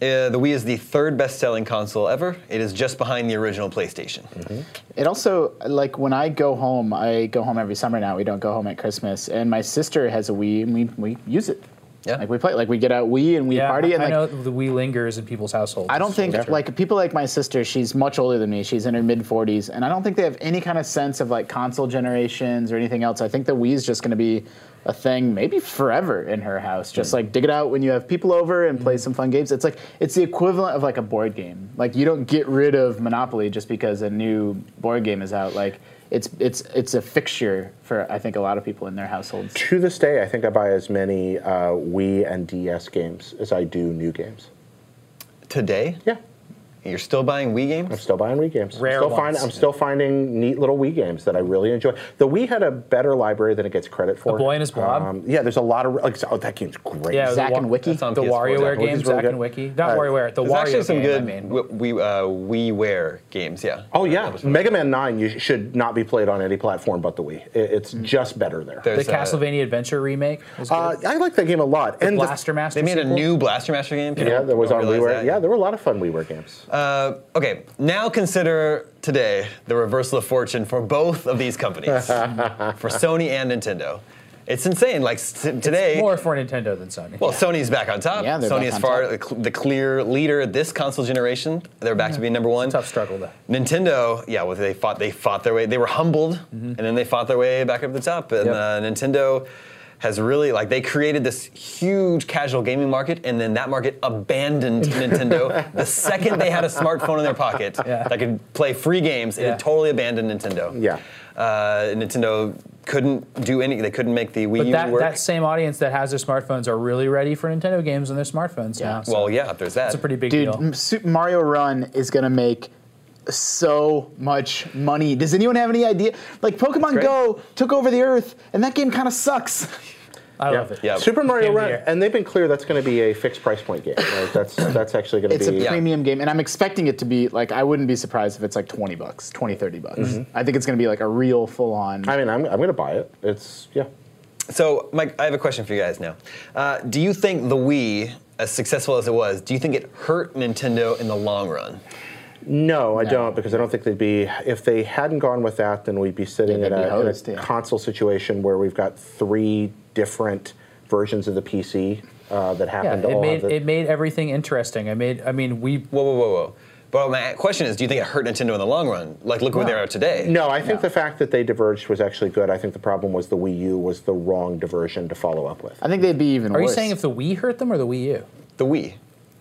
[SPEAKER 5] it.
[SPEAKER 3] Uh, the Wii is the third best-selling console ever. It is just behind the original PlayStation.
[SPEAKER 6] It also like when I go home, I go home every summer now. We don't go home at Christmas, and my sister has a Wii, and we we use it.
[SPEAKER 3] Yeah.
[SPEAKER 6] Like we play, like we get out Wii and we
[SPEAKER 4] yeah.
[SPEAKER 6] party, and
[SPEAKER 4] I
[SPEAKER 6] like
[SPEAKER 4] know the Wii lingers in people's households.
[SPEAKER 6] I don't think
[SPEAKER 5] Sure.
[SPEAKER 6] like people like my sister. She's much older than me. She's in her mid 40s, and I don't think they have any kind of sense of like console generations or anything else. I think the Wii's just going to be a thing maybe forever in her house. Just like dig it out when you have people over and play some fun games. It's like it's the equivalent of like a board game. Like you don't get rid of Monopoly just because a new board game is out. Like it's it's it's a fixture for I think a lot of people in their households.
[SPEAKER 5] To this day, I think I buy as many uh, Wii and DS games as I do new games.
[SPEAKER 3] Today,
[SPEAKER 5] Yeah,
[SPEAKER 3] you're still buying Wii games?
[SPEAKER 5] I'm still buying Wii games. I'm
[SPEAKER 4] Rare
[SPEAKER 5] still find-
[SPEAKER 4] ones.
[SPEAKER 5] I'm still finding neat little Wii games that I really enjoy. The Wii had a better library than it gets credit for. Um,
[SPEAKER 4] Boy and His Blob?
[SPEAKER 5] yeah, there's a lot of like, oh, that game's great.
[SPEAKER 4] Yeah,
[SPEAKER 6] Zack
[SPEAKER 4] the, wa-
[SPEAKER 6] and Wiki.
[SPEAKER 3] That's on
[SPEAKER 4] the
[SPEAKER 3] PS4, Zack
[SPEAKER 4] WarioWare
[SPEAKER 3] and
[SPEAKER 4] game,
[SPEAKER 5] Wiki's really
[SPEAKER 4] Zack
[SPEAKER 5] good.
[SPEAKER 4] and Wiki. Not
[SPEAKER 5] Uh,
[SPEAKER 4] WarioWare, the
[SPEAKER 3] There's actually
[SPEAKER 4] Wario
[SPEAKER 3] some
[SPEAKER 4] game.
[SPEAKER 3] good
[SPEAKER 4] I mean.
[SPEAKER 3] Wii- Wii, uh, WiiWare games, yeah.
[SPEAKER 5] Oh yeah, Mega Man Nine you sh- should not be played on any platform but the Wii. I- It's
[SPEAKER 4] Mm.
[SPEAKER 5] just better there.
[SPEAKER 4] the
[SPEAKER 3] There's uh, a-
[SPEAKER 4] Castlevania Adventure remake. Was good.
[SPEAKER 5] Uh, I like that game a lot. and the-
[SPEAKER 4] Blaster Master.
[SPEAKER 3] They made a
[SPEAKER 4] sequel?
[SPEAKER 3] new Blaster Master game. People
[SPEAKER 5] yeah, there was
[SPEAKER 3] don't
[SPEAKER 5] on
[SPEAKER 3] realize
[SPEAKER 5] WiiWare.
[SPEAKER 3] that.
[SPEAKER 5] Yeah, there were a lot of fun WiiWare games.
[SPEAKER 4] Oh.
[SPEAKER 3] Uh, okay, now consider today the reversal of fortune for both of these companies, for Sony and Nintendo. It's insane. Like s- today,
[SPEAKER 4] More for Nintendo than Sony.
[SPEAKER 3] Well, Sony's back on top.
[SPEAKER 6] Yeah, they're
[SPEAKER 3] Sony
[SPEAKER 6] back
[SPEAKER 3] is
[SPEAKER 6] on
[SPEAKER 3] far
[SPEAKER 6] top.
[SPEAKER 3] the cl- the clear leader this console generation. They're back to being number one.
[SPEAKER 4] tough struggle though.
[SPEAKER 3] Nintendo, yeah, well, they fought. They fought their way. They were humbled, and then they fought their way back up to the top. And
[SPEAKER 4] Mm-hmm. Yep.
[SPEAKER 3] uh, Nintendo has really like they created this huge casual gaming market, and then that market abandoned Nintendo the second they had a smartphone in their pocket
[SPEAKER 4] Yeah.
[SPEAKER 3] that could play free games.
[SPEAKER 4] Yeah.
[SPEAKER 3] It totally abandoned Nintendo.
[SPEAKER 5] Yeah.
[SPEAKER 3] uh, Nintendo couldn't do any. They couldn't make the Wii
[SPEAKER 4] But
[SPEAKER 3] U
[SPEAKER 4] that,
[SPEAKER 3] work.
[SPEAKER 4] that same audience that has their smartphones are really ready for Nintendo games on their smartphones now. So
[SPEAKER 3] well, yeah, there's that.
[SPEAKER 4] it's a pretty big
[SPEAKER 6] Dude,
[SPEAKER 4] deal.
[SPEAKER 6] M- Super Mario Run is gonna make so much money. Does anyone have any idea? Like Pokemon
[SPEAKER 3] great.
[SPEAKER 6] Go took over the Earth, and that game kind of sucks.
[SPEAKER 4] I love it.
[SPEAKER 3] Yeah.
[SPEAKER 5] Super Mario
[SPEAKER 4] Game of the
[SPEAKER 5] Run,
[SPEAKER 4] year.
[SPEAKER 5] and they've been clear that's going to be a fixed price point game. Right? That's that's actually going to
[SPEAKER 6] It's a
[SPEAKER 5] be.
[SPEAKER 6] premium game, and I'm expecting it to be like I wouldn't be surprised if it's like 20 bucks, 20, 30 bucks.
[SPEAKER 4] Mm-hmm.
[SPEAKER 6] I think it's gonna be like a real full-on.
[SPEAKER 5] I mean, I'm, I'm going to buy it. It's yeah.
[SPEAKER 3] So, Mike, I have a question for you guys now. Uh, do you think the Wii, as successful as it was, do you think it hurt Nintendo in the long run?
[SPEAKER 5] No, I don't, because I don't think they'd be. If they hadn't gone with that, then we'd be sitting
[SPEAKER 6] Yeah,
[SPEAKER 5] in
[SPEAKER 6] they'd
[SPEAKER 5] a,
[SPEAKER 6] be
[SPEAKER 5] in a
[SPEAKER 6] hosed, yeah.
[SPEAKER 5] console situation where we've got three different versions of the PC uh, that
[SPEAKER 4] Yeah,
[SPEAKER 5] happen to
[SPEAKER 4] it
[SPEAKER 5] all
[SPEAKER 4] made
[SPEAKER 5] have the,
[SPEAKER 4] it made everything interesting. I made. I mean, we
[SPEAKER 3] Whoa, whoa, whoa, whoa. But my question is, do you think it hurt Nintendo in the long run? Like, look where they are today.
[SPEAKER 5] No, I think the fact that they diverged was actually good. I think the problem was the Wii U was the wrong diversion to follow up with.
[SPEAKER 6] I think they'd be even
[SPEAKER 4] are you
[SPEAKER 6] worse.
[SPEAKER 4] saying if the Wii hurt them or the Wii U?
[SPEAKER 3] The Wii.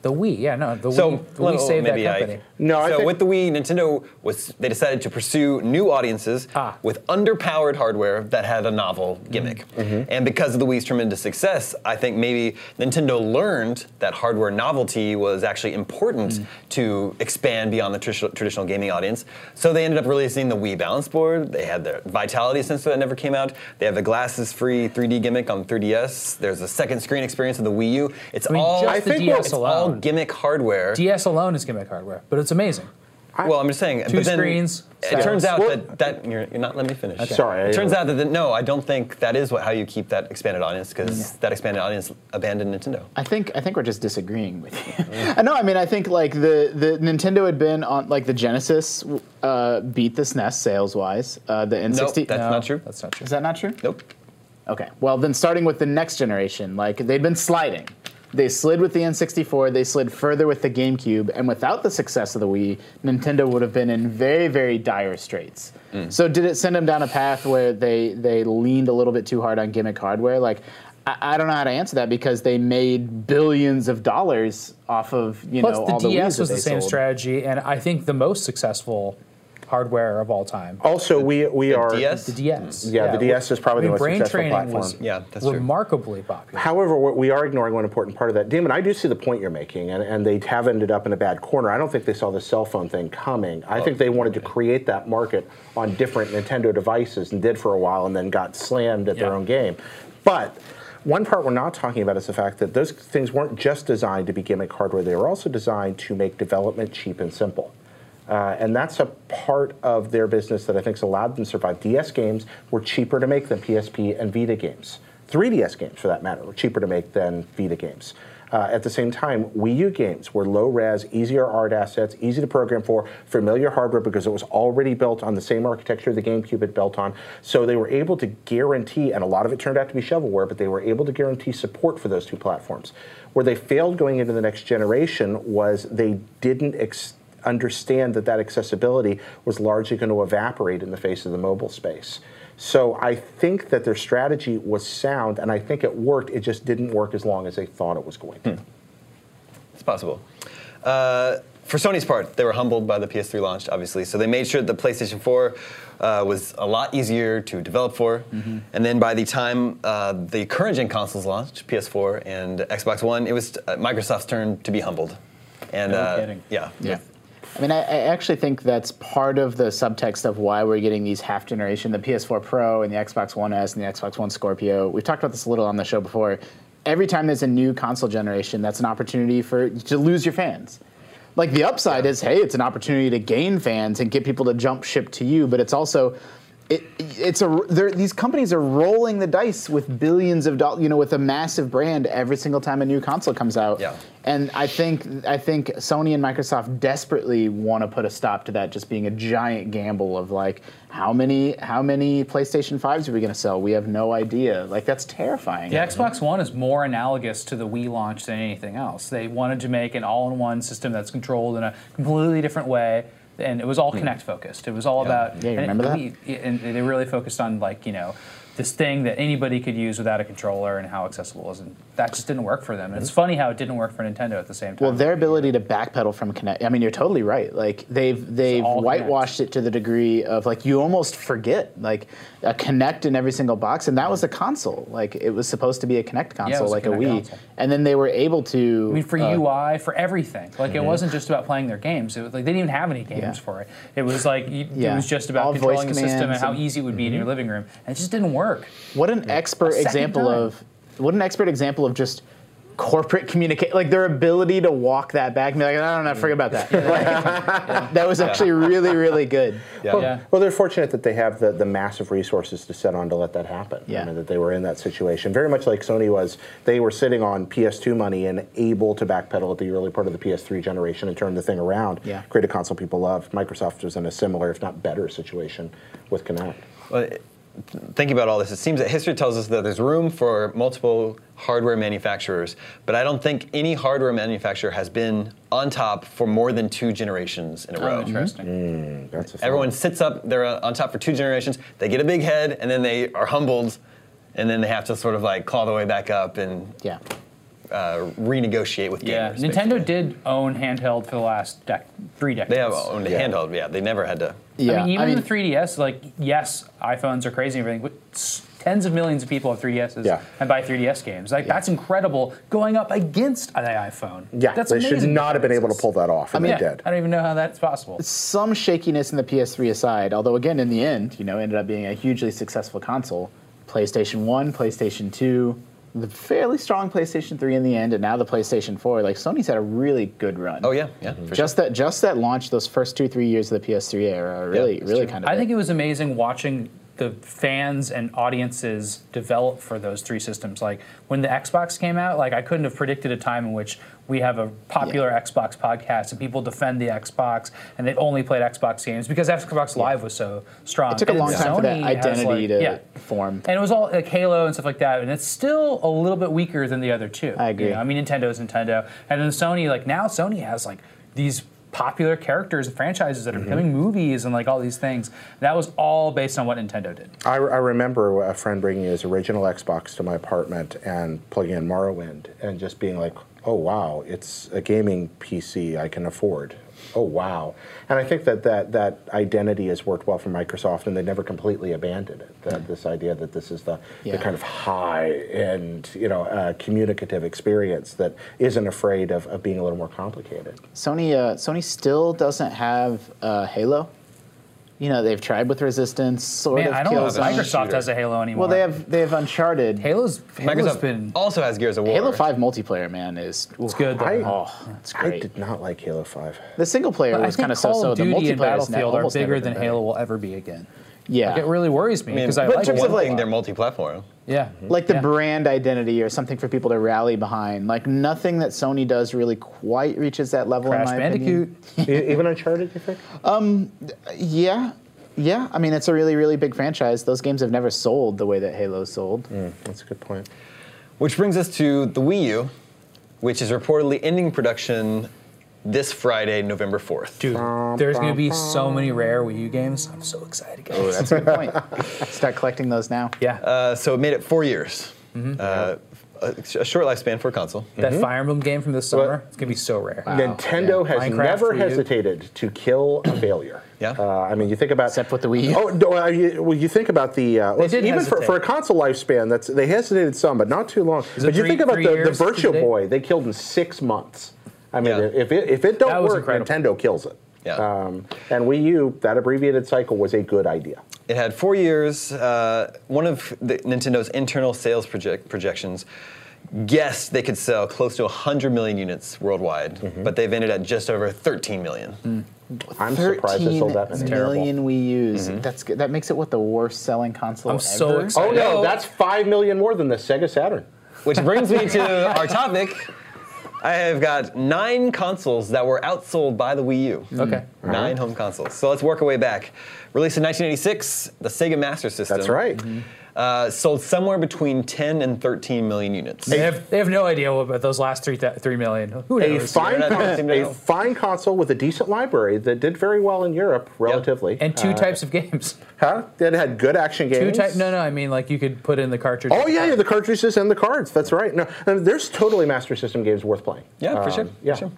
[SPEAKER 4] The Wii, yeah, no, the
[SPEAKER 3] So
[SPEAKER 4] Wii, the
[SPEAKER 3] let-
[SPEAKER 4] Wii saved that
[SPEAKER 3] maybe I-
[SPEAKER 4] company.
[SPEAKER 5] No, I
[SPEAKER 3] so
[SPEAKER 5] think-
[SPEAKER 3] with the Wii, Nintendo was they decided to pursue new audiences
[SPEAKER 4] Ah.
[SPEAKER 3] with underpowered hardware that had a novel gimmick.
[SPEAKER 4] Mm-hmm.
[SPEAKER 3] And because of the Wii's tremendous success, I think maybe Nintendo learned that hardware novelty was actually important
[SPEAKER 4] Mm.
[SPEAKER 3] to expand beyond the tradi- traditional gaming audience. So they ended up releasing the Wii Balance Board. They had their Vitality sensor that never came out. They have the glasses-free 3D gimmick on 3DS. There's a second screen experience of the Wii U. It's
[SPEAKER 4] mean,
[SPEAKER 3] all
[SPEAKER 4] just
[SPEAKER 5] I
[SPEAKER 4] the
[SPEAKER 5] think
[SPEAKER 4] DS
[SPEAKER 5] it's
[SPEAKER 3] it's all
[SPEAKER 4] alone.
[SPEAKER 3] gimmick hardware.
[SPEAKER 4] DS alone is gimmick hardware, but it's amazing.
[SPEAKER 3] Well, I'm just saying.
[SPEAKER 4] Two
[SPEAKER 3] but then
[SPEAKER 4] screens,
[SPEAKER 3] It turns
[SPEAKER 4] silence.
[SPEAKER 3] out
[SPEAKER 5] Well-
[SPEAKER 3] that that you're, you're not. Let me finish.
[SPEAKER 5] Sorry, I-
[SPEAKER 3] It turns out that the, no, I don't think that is what, how you keep that expanded audience because that expanded audience abandoned Nintendo.
[SPEAKER 6] I think I think we're just disagreeing with you. I know. I mean, I think like the the Nintendo had been on like the Genesis uh, beat the SNES sales wise. Uh, the N60.
[SPEAKER 3] Nope, that's not true.
[SPEAKER 4] That's not true.
[SPEAKER 6] Is that not true?
[SPEAKER 3] nope.
[SPEAKER 6] Okay. Well, then starting with the next generation, like they'd been sliding. They slid with the N64, they slid further with the GameCube, and without the success of the Wii, Nintendo would have been in very, very dire straits. So, did it send them down a path where they, they leaned a little bit too hard on gimmick hardware? Like, I, I don't know how to answer that because they made billions of dollars off of you
[SPEAKER 4] Plus,
[SPEAKER 6] know all
[SPEAKER 4] the
[SPEAKER 6] the
[SPEAKER 4] DS
[SPEAKER 6] Wii's
[SPEAKER 4] was
[SPEAKER 6] that
[SPEAKER 4] the
[SPEAKER 6] they
[SPEAKER 4] same
[SPEAKER 6] sold.
[SPEAKER 4] strategy, and I think the most successful hardware of all time.
[SPEAKER 5] Also, we we are.
[SPEAKER 3] DS.
[SPEAKER 4] The DS.
[SPEAKER 5] Yeah, the DS is probably the most
[SPEAKER 4] brain
[SPEAKER 5] successful
[SPEAKER 4] training
[SPEAKER 5] platform.
[SPEAKER 4] Was
[SPEAKER 3] Yeah, that's true.
[SPEAKER 4] remarkably popular.
[SPEAKER 5] However, what we are ignoring one important part of that. Damon, I do see the point you're making, and, and they have ended up in a bad corner. I don't think they saw the cell phone thing coming. I think they wanted to create that market on different Nintendo devices and did for a while and then got slammed at
[SPEAKER 4] Yeah.
[SPEAKER 5] their own game. But One part we're not talking about is the fact that those things weren't just designed to be gimmick hardware, they were also designed to make development cheap and simple. Uh, and that's a part of their business that I think's allowed them to survive. DS games were cheaper to make than PSP and Vita games. 3DS games, for that matter, were cheaper to make than Vita games. Uh, at the same time, Wii U games were low res, easier art assets, easy to program for, familiar hardware because it was already built on the same architecture the GameCube had built on. So they were able to guarantee, and a lot of it turned out to be shovelware, but they were able to guarantee support for those two platforms. Where they failed going into the next generation was they didn't ex- understand that that accessibility was largely going to evaporate in the face of the mobile space. So I think that their strategy was sound, and I think it worked. It just didn't work as long as they thought it was going
[SPEAKER 6] Hmm.
[SPEAKER 5] to.
[SPEAKER 3] It's possible. Uh, for Sony's part, they were humbled by the PS3 launch, obviously. So they made sure that the PlayStation 4 uh, was a lot easier to develop for. And then by the time uh, the current gen consoles launched, PS4 and Xbox One, it was uh, Microsoft's turn to be humbled. And
[SPEAKER 4] No
[SPEAKER 3] uh,
[SPEAKER 4] kidding.
[SPEAKER 3] yeah,
[SPEAKER 6] Yeah. I mean, I, I actually think that's part of the subtext of why we're getting these half generation, the PS4 Pro and the Xbox One S and the Xbox One Scorpio. We've talked about this a little on the show before. Every time there's a new console generation, that's an opportunity for to lose your fans. Like the upside is, hey, it's an opportunity to gain fans and get people to jump ship to you, but it's also it, it's a they're- these companies are rolling the dice with billions of dollars, you know, with a massive brand every single time a new console comes out.
[SPEAKER 3] Yeah.
[SPEAKER 6] And I think I think Sony and Microsoft desperately want to put a stop to that just being a giant gamble of like how many how many PlayStation 5s are we going to sell? We have no idea. Like that's terrifying.
[SPEAKER 4] The Xbox One is more analogous to the Wii launch than anything else. They wanted to make an all-in-one system that's controlled in a completely different way, and it was
[SPEAKER 5] Hmm.
[SPEAKER 4] all Kinect focused. It was all about
[SPEAKER 6] Yeah,
[SPEAKER 4] and
[SPEAKER 6] you
[SPEAKER 4] it-
[SPEAKER 6] remember that?
[SPEAKER 4] we- and they really focused on like you know this thing that anybody could use without a controller and how accessible it was, and that just didn't work for them. And it's
[SPEAKER 5] Hmm.
[SPEAKER 4] funny how it didn't work for Nintendo at the same time.
[SPEAKER 6] Well, their ability to backpedal from Connect. I mean, you're totally right. Like they've they've
[SPEAKER 4] all Kinect.
[SPEAKER 6] whitewashed it to the degree of like you almost forget like a Connect in every single box, and that was a console. Like it was supposed to be a Connect console,
[SPEAKER 4] was a
[SPEAKER 6] like a,
[SPEAKER 4] Kinect
[SPEAKER 6] Wii,
[SPEAKER 4] console.
[SPEAKER 6] and then they were able to.
[SPEAKER 4] I mean, for UI, for everything. Like it wasn't just about playing their games. It was like they didn't even have any games
[SPEAKER 6] Yeah.
[SPEAKER 4] for it. It was like you, it
[SPEAKER 6] Yeah.
[SPEAKER 4] was just about
[SPEAKER 6] All voice
[SPEAKER 4] controlling the system and
[SPEAKER 6] commands
[SPEAKER 4] how
[SPEAKER 6] and-
[SPEAKER 4] easy it would be in your living room, and it just didn't work.
[SPEAKER 6] What an expert
[SPEAKER 4] second
[SPEAKER 6] example
[SPEAKER 4] time.
[SPEAKER 6] of what an expert example of just corporate communicate like their ability to walk that back and be like, I don't know, forget about that. Like, that was actually really, really good.
[SPEAKER 3] yeah.
[SPEAKER 4] Yeah.
[SPEAKER 5] Well, they're fortunate that they have the, the massive resources to set on to let that happen.
[SPEAKER 6] Yeah.
[SPEAKER 5] I mean, that they were in that situation. Very much like Sony was, they were sitting on PS2 money and able to backpedal at the early part of the PS3 generation and turn the thing around,
[SPEAKER 6] Yeah.
[SPEAKER 5] create a console people loved. Microsoft was in a similar, if not better, situation with Connect.
[SPEAKER 3] Well, it- thinking about all this, it seems that history tells us that there's room for multiple hardware manufacturers, but I don't think any hardware manufacturer has been on top for more than two generations in a row.
[SPEAKER 4] Oh, interesting.
[SPEAKER 5] That's a thought.
[SPEAKER 3] Everyone sits up, they're on top for two generations, they get a big head, and then they are humbled, and then they have to sort of like claw their way back up and
[SPEAKER 6] Yeah.
[SPEAKER 3] uh, renegotiate with
[SPEAKER 4] Yeah,
[SPEAKER 3] gamers.
[SPEAKER 4] Nintendo
[SPEAKER 3] basically.
[SPEAKER 4] did own handheld for the last dec- three decades.
[SPEAKER 3] They have owned a
[SPEAKER 5] Yeah.
[SPEAKER 3] handheld, yeah, they never had to.
[SPEAKER 6] Yeah.
[SPEAKER 4] I mean, even the 3DS, like, yes, iPhones are crazy and everything, but s- tens of millions of people have 3DSs
[SPEAKER 5] Yeah.
[SPEAKER 4] and buy 3DS games. Like, that's incredible going up against an iPhone.
[SPEAKER 5] Yeah,
[SPEAKER 4] that's
[SPEAKER 5] they
[SPEAKER 4] amazing
[SPEAKER 5] should not have been able to
[SPEAKER 4] differences.
[SPEAKER 5] pull that off, and
[SPEAKER 4] Yeah,
[SPEAKER 5] they did.
[SPEAKER 4] I don't even know how that's possible.
[SPEAKER 6] some shakiness in the PS3 aside, although again in the end, you know, ended up being a hugely successful console. PlayStation 1, PlayStation 2, the fairly strong PlayStation 3 in the end, and now the PlayStation 4. Like Sony's had a really good run.
[SPEAKER 3] Oh, yeah, yeah. for sure.
[SPEAKER 6] Just that just that launch, those first two, three years of the PS3 era are really,
[SPEAKER 3] that's
[SPEAKER 6] really
[SPEAKER 3] true.
[SPEAKER 6] kind of
[SPEAKER 4] I think it was amazing watching the fans and audiences develop for those three systems. Like when the Xbox came out, like I couldn't have predicted a time in which we have a popular Xbox podcast and people defend the Xbox and they've only played Xbox games because Xbox Live was so strong.
[SPEAKER 6] It took a
[SPEAKER 4] And
[SPEAKER 6] long time for that
[SPEAKER 4] Sony has, like-
[SPEAKER 6] identity to
[SPEAKER 4] yeah.
[SPEAKER 6] form.
[SPEAKER 4] And it was all like Halo and stuff like that, and it's still a little bit weaker than the other two.
[SPEAKER 6] I agree.
[SPEAKER 4] you know? I mean, Nintendo's Nintendo, and then Sony. Like now, Sony has like these popular characters and franchises
[SPEAKER 6] Mm-hmm.
[SPEAKER 4] that are becoming movies and like all these things. That was all based on what Nintendo did.
[SPEAKER 5] I, I remember a friend bringing his original Xbox to my apartment and plugging in Morrowind and just being like, oh wow, it's a gaming PC I can afford. Oh wow. And I think that that, that identity has worked well for Microsoft and they never completely abandoned it.
[SPEAKER 4] Mm-hmm.
[SPEAKER 5] That, this idea that this is the,
[SPEAKER 6] Yeah.
[SPEAKER 5] the kind of high end, you know, uh, communicative experience that isn't afraid of, of being a little more complicated.
[SPEAKER 6] Sony uh, Sony still doesn't have uh, Halo. you know, they've tried with Resistance, sort
[SPEAKER 4] Man,
[SPEAKER 6] of
[SPEAKER 4] I don't know if
[SPEAKER 6] Killzone.
[SPEAKER 4] Microsoft
[SPEAKER 3] Shooter.
[SPEAKER 4] has a Halo anymore.
[SPEAKER 6] Well, they have they have Uncharted.
[SPEAKER 4] Halo's. Halo's
[SPEAKER 3] Microsoft
[SPEAKER 4] been.
[SPEAKER 3] also has Gears of War.
[SPEAKER 6] Halo Five multiplayer, man, is
[SPEAKER 4] It's good. Though.
[SPEAKER 5] I-
[SPEAKER 6] oh, it's
[SPEAKER 5] I
[SPEAKER 6] great.
[SPEAKER 5] did not like Halo Five.
[SPEAKER 6] the single player
[SPEAKER 4] But I
[SPEAKER 6] was
[SPEAKER 4] think
[SPEAKER 6] kind
[SPEAKER 4] Call
[SPEAKER 6] of so-so.
[SPEAKER 4] of
[SPEAKER 6] The
[SPEAKER 4] Duty and
[SPEAKER 6] multiplayer is now
[SPEAKER 4] Battlefield are
[SPEAKER 6] almost never
[SPEAKER 4] bigger
[SPEAKER 6] been
[SPEAKER 4] than
[SPEAKER 6] better.
[SPEAKER 4] Halo will ever be again.
[SPEAKER 6] Yeah,
[SPEAKER 4] Like, it really worries me because I,
[SPEAKER 3] but in
[SPEAKER 4] like
[SPEAKER 3] terms
[SPEAKER 4] it.
[SPEAKER 3] of like, they're multi-platform.
[SPEAKER 4] yeah,
[SPEAKER 6] like the
[SPEAKER 4] yeah.
[SPEAKER 6] brand identity or something for people to rally behind. Like nothing that Sony does really quite reaches that level.
[SPEAKER 4] Crash
[SPEAKER 6] in my
[SPEAKER 4] Bandicoot.
[SPEAKER 6] Opinion.
[SPEAKER 5] E- Even Uncharted, you think?
[SPEAKER 6] Yeah, yeah. I mean, it's a really, really big franchise. Those games have never sold the way that Halo sold.
[SPEAKER 5] That's a good point.
[SPEAKER 3] Which brings us to the Wii U, which is reportedly ending production this Friday, November 4th.
[SPEAKER 4] Dude, there's gonna be so many rare Wii U games. I'm so excited, guys.
[SPEAKER 6] That's a good point. Start collecting those now.
[SPEAKER 4] yeah,
[SPEAKER 3] Uh, so it made it four years.
[SPEAKER 4] Mm-hmm.
[SPEAKER 3] Uh, a, a short lifespan for a console.
[SPEAKER 4] that Fire Emblem game from this summer. It's gonna be so rare.
[SPEAKER 5] Mm-hmm. Nintendo has
[SPEAKER 4] Minecraft
[SPEAKER 5] never
[SPEAKER 4] Wii U.
[SPEAKER 5] hesitated to kill a failure.
[SPEAKER 3] Yeah.
[SPEAKER 5] Uh, I mean, you think about
[SPEAKER 6] Except with the Wii U.
[SPEAKER 5] Oh, no, I- you, well, you think about the uh, let's-
[SPEAKER 4] did
[SPEAKER 5] even for,
[SPEAKER 4] hesitate.
[SPEAKER 5] for a console lifespan. That's they hesitated some, but not too long.
[SPEAKER 4] Is it
[SPEAKER 5] But you
[SPEAKER 4] three-
[SPEAKER 5] think about
[SPEAKER 4] three
[SPEAKER 5] the, the
[SPEAKER 4] years to the
[SPEAKER 5] Virtual
[SPEAKER 4] date?
[SPEAKER 5] Boy. They killed in six months. I mean,
[SPEAKER 3] Yeah.
[SPEAKER 5] if it if it don't
[SPEAKER 4] That was
[SPEAKER 5] work,
[SPEAKER 4] incredible.
[SPEAKER 5] Nintendo kills it.
[SPEAKER 3] Yeah.
[SPEAKER 5] Um, and Wii U, that abbreviated cycle was a good idea.
[SPEAKER 3] It had four years. Uh, one of the, Nintendo's internal sales project, projections guessed they could sell close to 100 million units worldwide,
[SPEAKER 5] Mm-hmm.
[SPEAKER 3] but they've ended at just over 13 million.
[SPEAKER 5] Mm. I'm surprised they
[SPEAKER 6] 13
[SPEAKER 5] sold that many.
[SPEAKER 6] million Wii U's. That's good. That makes it what the worst selling console
[SPEAKER 4] I'm
[SPEAKER 6] ever.
[SPEAKER 4] so excited.
[SPEAKER 5] Oh no, that's five million more than the Sega Saturn.
[SPEAKER 3] Which brings me to our topic. I have got nine consoles that were outsold by the Wii U.
[SPEAKER 5] Mm.
[SPEAKER 4] Okay.
[SPEAKER 3] Nine home consoles. So let's work our way back. Released in 1986, the Sega Master System.
[SPEAKER 5] That's right.
[SPEAKER 4] mm-hmm.
[SPEAKER 3] Uh, sold somewhere between 10 and 13 million units.
[SPEAKER 4] They have, they have no idea what- about those last three th- three million. Who
[SPEAKER 5] a
[SPEAKER 4] knows?
[SPEAKER 5] fine,
[SPEAKER 3] Internet
[SPEAKER 5] con-
[SPEAKER 3] seemed to know.
[SPEAKER 5] a fine console with a decent library that did very well in Europe, relatively. Uh,
[SPEAKER 4] and two types of games.
[SPEAKER 5] huh? That had good action
[SPEAKER 4] Two
[SPEAKER 5] games.
[SPEAKER 4] type. No, no. I mean, like you could put in the cartridge.
[SPEAKER 5] Oh yeah, yeah, the cartridges and the cards. That's right. No, and there's totally Master System games worth playing.
[SPEAKER 3] yeah, for
[SPEAKER 5] Um,
[SPEAKER 3] sure.
[SPEAKER 5] Yeah.
[SPEAKER 3] For sure.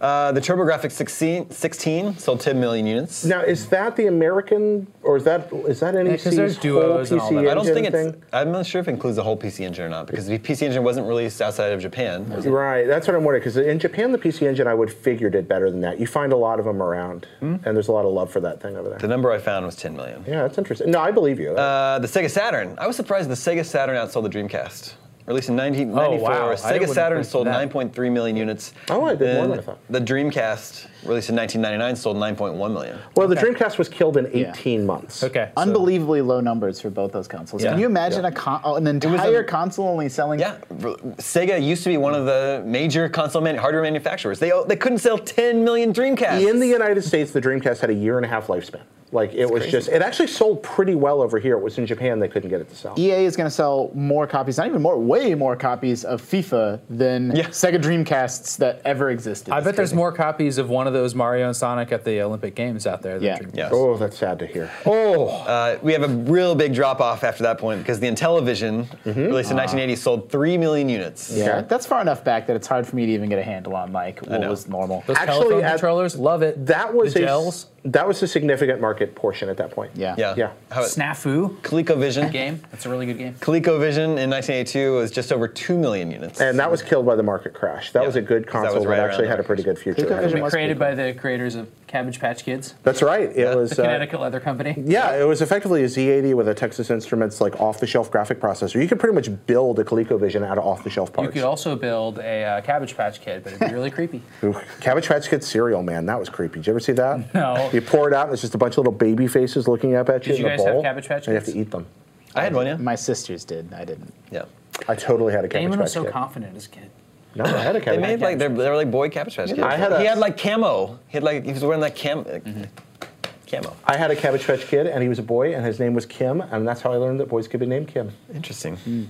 [SPEAKER 3] Uh, the TurboGrafx 16, 16 sold 10 million units.
[SPEAKER 5] Now is that the American or is that is that NEC's
[SPEAKER 4] 'cause there's
[SPEAKER 5] whole PC
[SPEAKER 4] duos and all that.
[SPEAKER 5] engine
[SPEAKER 3] I don't think it's.
[SPEAKER 5] thing?
[SPEAKER 3] I'm not sure if it includes the whole PC Engine or not, because the PC Engine wasn't released outside of Japan.
[SPEAKER 5] Right, that's what I'm wondering. Because in Japan, the PC Engine, I would figure did better than that. You find a lot of them around, and there's a lot of love for that thing over
[SPEAKER 3] Hmm? The
[SPEAKER 5] there.
[SPEAKER 3] number I found was 10 million.
[SPEAKER 5] Yeah, that's interesting. No, I believe you.
[SPEAKER 3] Uh, the Sega Saturn. I was surprised the Sega Saturn outsold the Dreamcast. Released in 1994,
[SPEAKER 4] wow. I
[SPEAKER 3] Sega
[SPEAKER 4] wouldn't
[SPEAKER 3] Saturn
[SPEAKER 4] think
[SPEAKER 3] sold
[SPEAKER 4] that.
[SPEAKER 3] 9.3 million units.
[SPEAKER 5] Oh, I did more
[SPEAKER 3] Then
[SPEAKER 5] than I thought.
[SPEAKER 3] The Dreamcast, released in 1999, sold 9.1 million.
[SPEAKER 5] well, the Dreamcast was killed in 18 months.
[SPEAKER 4] Okay.
[SPEAKER 6] Unbelievably low numbers for both those consoles.
[SPEAKER 3] Yeah.
[SPEAKER 6] Can you imagine
[SPEAKER 5] Yeah.
[SPEAKER 6] a con- an entire console only selling?
[SPEAKER 3] Yeah, r- Sega used to be one of the major console man- hardware manufacturers. They they couldn't sell 10 million Dreamcasts.
[SPEAKER 5] In the United States, the Dreamcast had a year and a half lifespan. Like it was just, it actually sold pretty well over here. It was in Japan they couldn't get it to sell.
[SPEAKER 6] EA E is going to sell more copies, not even more, way more copies of FIFA than
[SPEAKER 3] Yeah.
[SPEAKER 6] Sega Dreamcasts that ever existed.
[SPEAKER 4] I
[SPEAKER 6] It's
[SPEAKER 4] bet there's
[SPEAKER 6] crazy.
[SPEAKER 4] more copies of one of those Mario and Sonic at the Olympic Games out there. than
[SPEAKER 6] Yeah.
[SPEAKER 4] Dreamcast.
[SPEAKER 3] yes.
[SPEAKER 5] Oh, that's sad to hear. Oh.
[SPEAKER 3] Uh, we have a real big drop off after that point because the Intellivision,
[SPEAKER 5] Mm-hmm.
[SPEAKER 3] released in
[SPEAKER 4] Ah.
[SPEAKER 3] 1980, sold 3 million units.
[SPEAKER 6] Yeah,
[SPEAKER 5] Okay.
[SPEAKER 6] that's far enough back that it's hard for me to even get a handle on like what
[SPEAKER 3] know.
[SPEAKER 6] was normal.
[SPEAKER 4] Those
[SPEAKER 5] Actually,
[SPEAKER 4] telephone
[SPEAKER 5] at-
[SPEAKER 4] controllers love it.
[SPEAKER 5] That was
[SPEAKER 4] the
[SPEAKER 5] a
[SPEAKER 4] gels.
[SPEAKER 5] that was a significant market portion at that point.
[SPEAKER 6] Yeah.
[SPEAKER 3] Yeah.
[SPEAKER 5] Yeah.
[SPEAKER 3] How it,
[SPEAKER 4] Snafu
[SPEAKER 3] ColecoVision.
[SPEAKER 4] game. That's a really good game.
[SPEAKER 3] ColecoVision in 1982 was just over 2 million units.
[SPEAKER 5] And that was killed by the market crash. That was a good
[SPEAKER 3] 'cause that was
[SPEAKER 5] console that,
[SPEAKER 3] right around
[SPEAKER 5] actually
[SPEAKER 3] the
[SPEAKER 5] had a
[SPEAKER 3] market
[SPEAKER 5] pretty good future. ahead of
[SPEAKER 6] ColecoVision
[SPEAKER 5] it.
[SPEAKER 6] was-
[SPEAKER 4] Created by the creators of Cabbage Patch Kids,
[SPEAKER 5] That's right. It was uh,
[SPEAKER 4] Leather Company.
[SPEAKER 5] Yeah, it was effectively a Z80 with a Texas Instruments like off-the-shelf graphic processor. You could pretty much build a ColecoVision out of off-the-shelf parts.
[SPEAKER 4] You could also build a uh, Cabbage Patch Kid, but it'd be really creepy.
[SPEAKER 5] Ooh, Cabbage Patch Kid cereal, man, that was creepy. Did you ever see that?
[SPEAKER 4] No.
[SPEAKER 5] You pour it out, and it's just a bunch of little baby faces looking up at you
[SPEAKER 4] Did
[SPEAKER 5] in
[SPEAKER 4] you
[SPEAKER 5] a
[SPEAKER 4] guys have
[SPEAKER 5] bowl.
[SPEAKER 4] Cabbage Patch
[SPEAKER 5] and You have
[SPEAKER 4] Kids?
[SPEAKER 5] to eat them.
[SPEAKER 3] I had one, yeah.
[SPEAKER 6] My sisters did. I didn't.
[SPEAKER 3] Yeah.
[SPEAKER 5] I totally had a Cabbage
[SPEAKER 4] Damon
[SPEAKER 5] Patch
[SPEAKER 4] was so
[SPEAKER 5] Kid.
[SPEAKER 4] confident as a kid.
[SPEAKER 5] no, I had a
[SPEAKER 3] They
[SPEAKER 5] Cabbage
[SPEAKER 3] made
[SPEAKER 5] Patch
[SPEAKER 3] like they're, they were like boy cabbage patch kids.
[SPEAKER 5] I had a-
[SPEAKER 3] he had like camo. He had like he was wearing like cam,
[SPEAKER 4] Mm-hmm.
[SPEAKER 3] uh camo.
[SPEAKER 5] I had a Cabbage Patch Kid, and he was a boy, and his name was Kim, and that's how I learned that boys could be named Kim.
[SPEAKER 3] Interesting.
[SPEAKER 4] Hmm.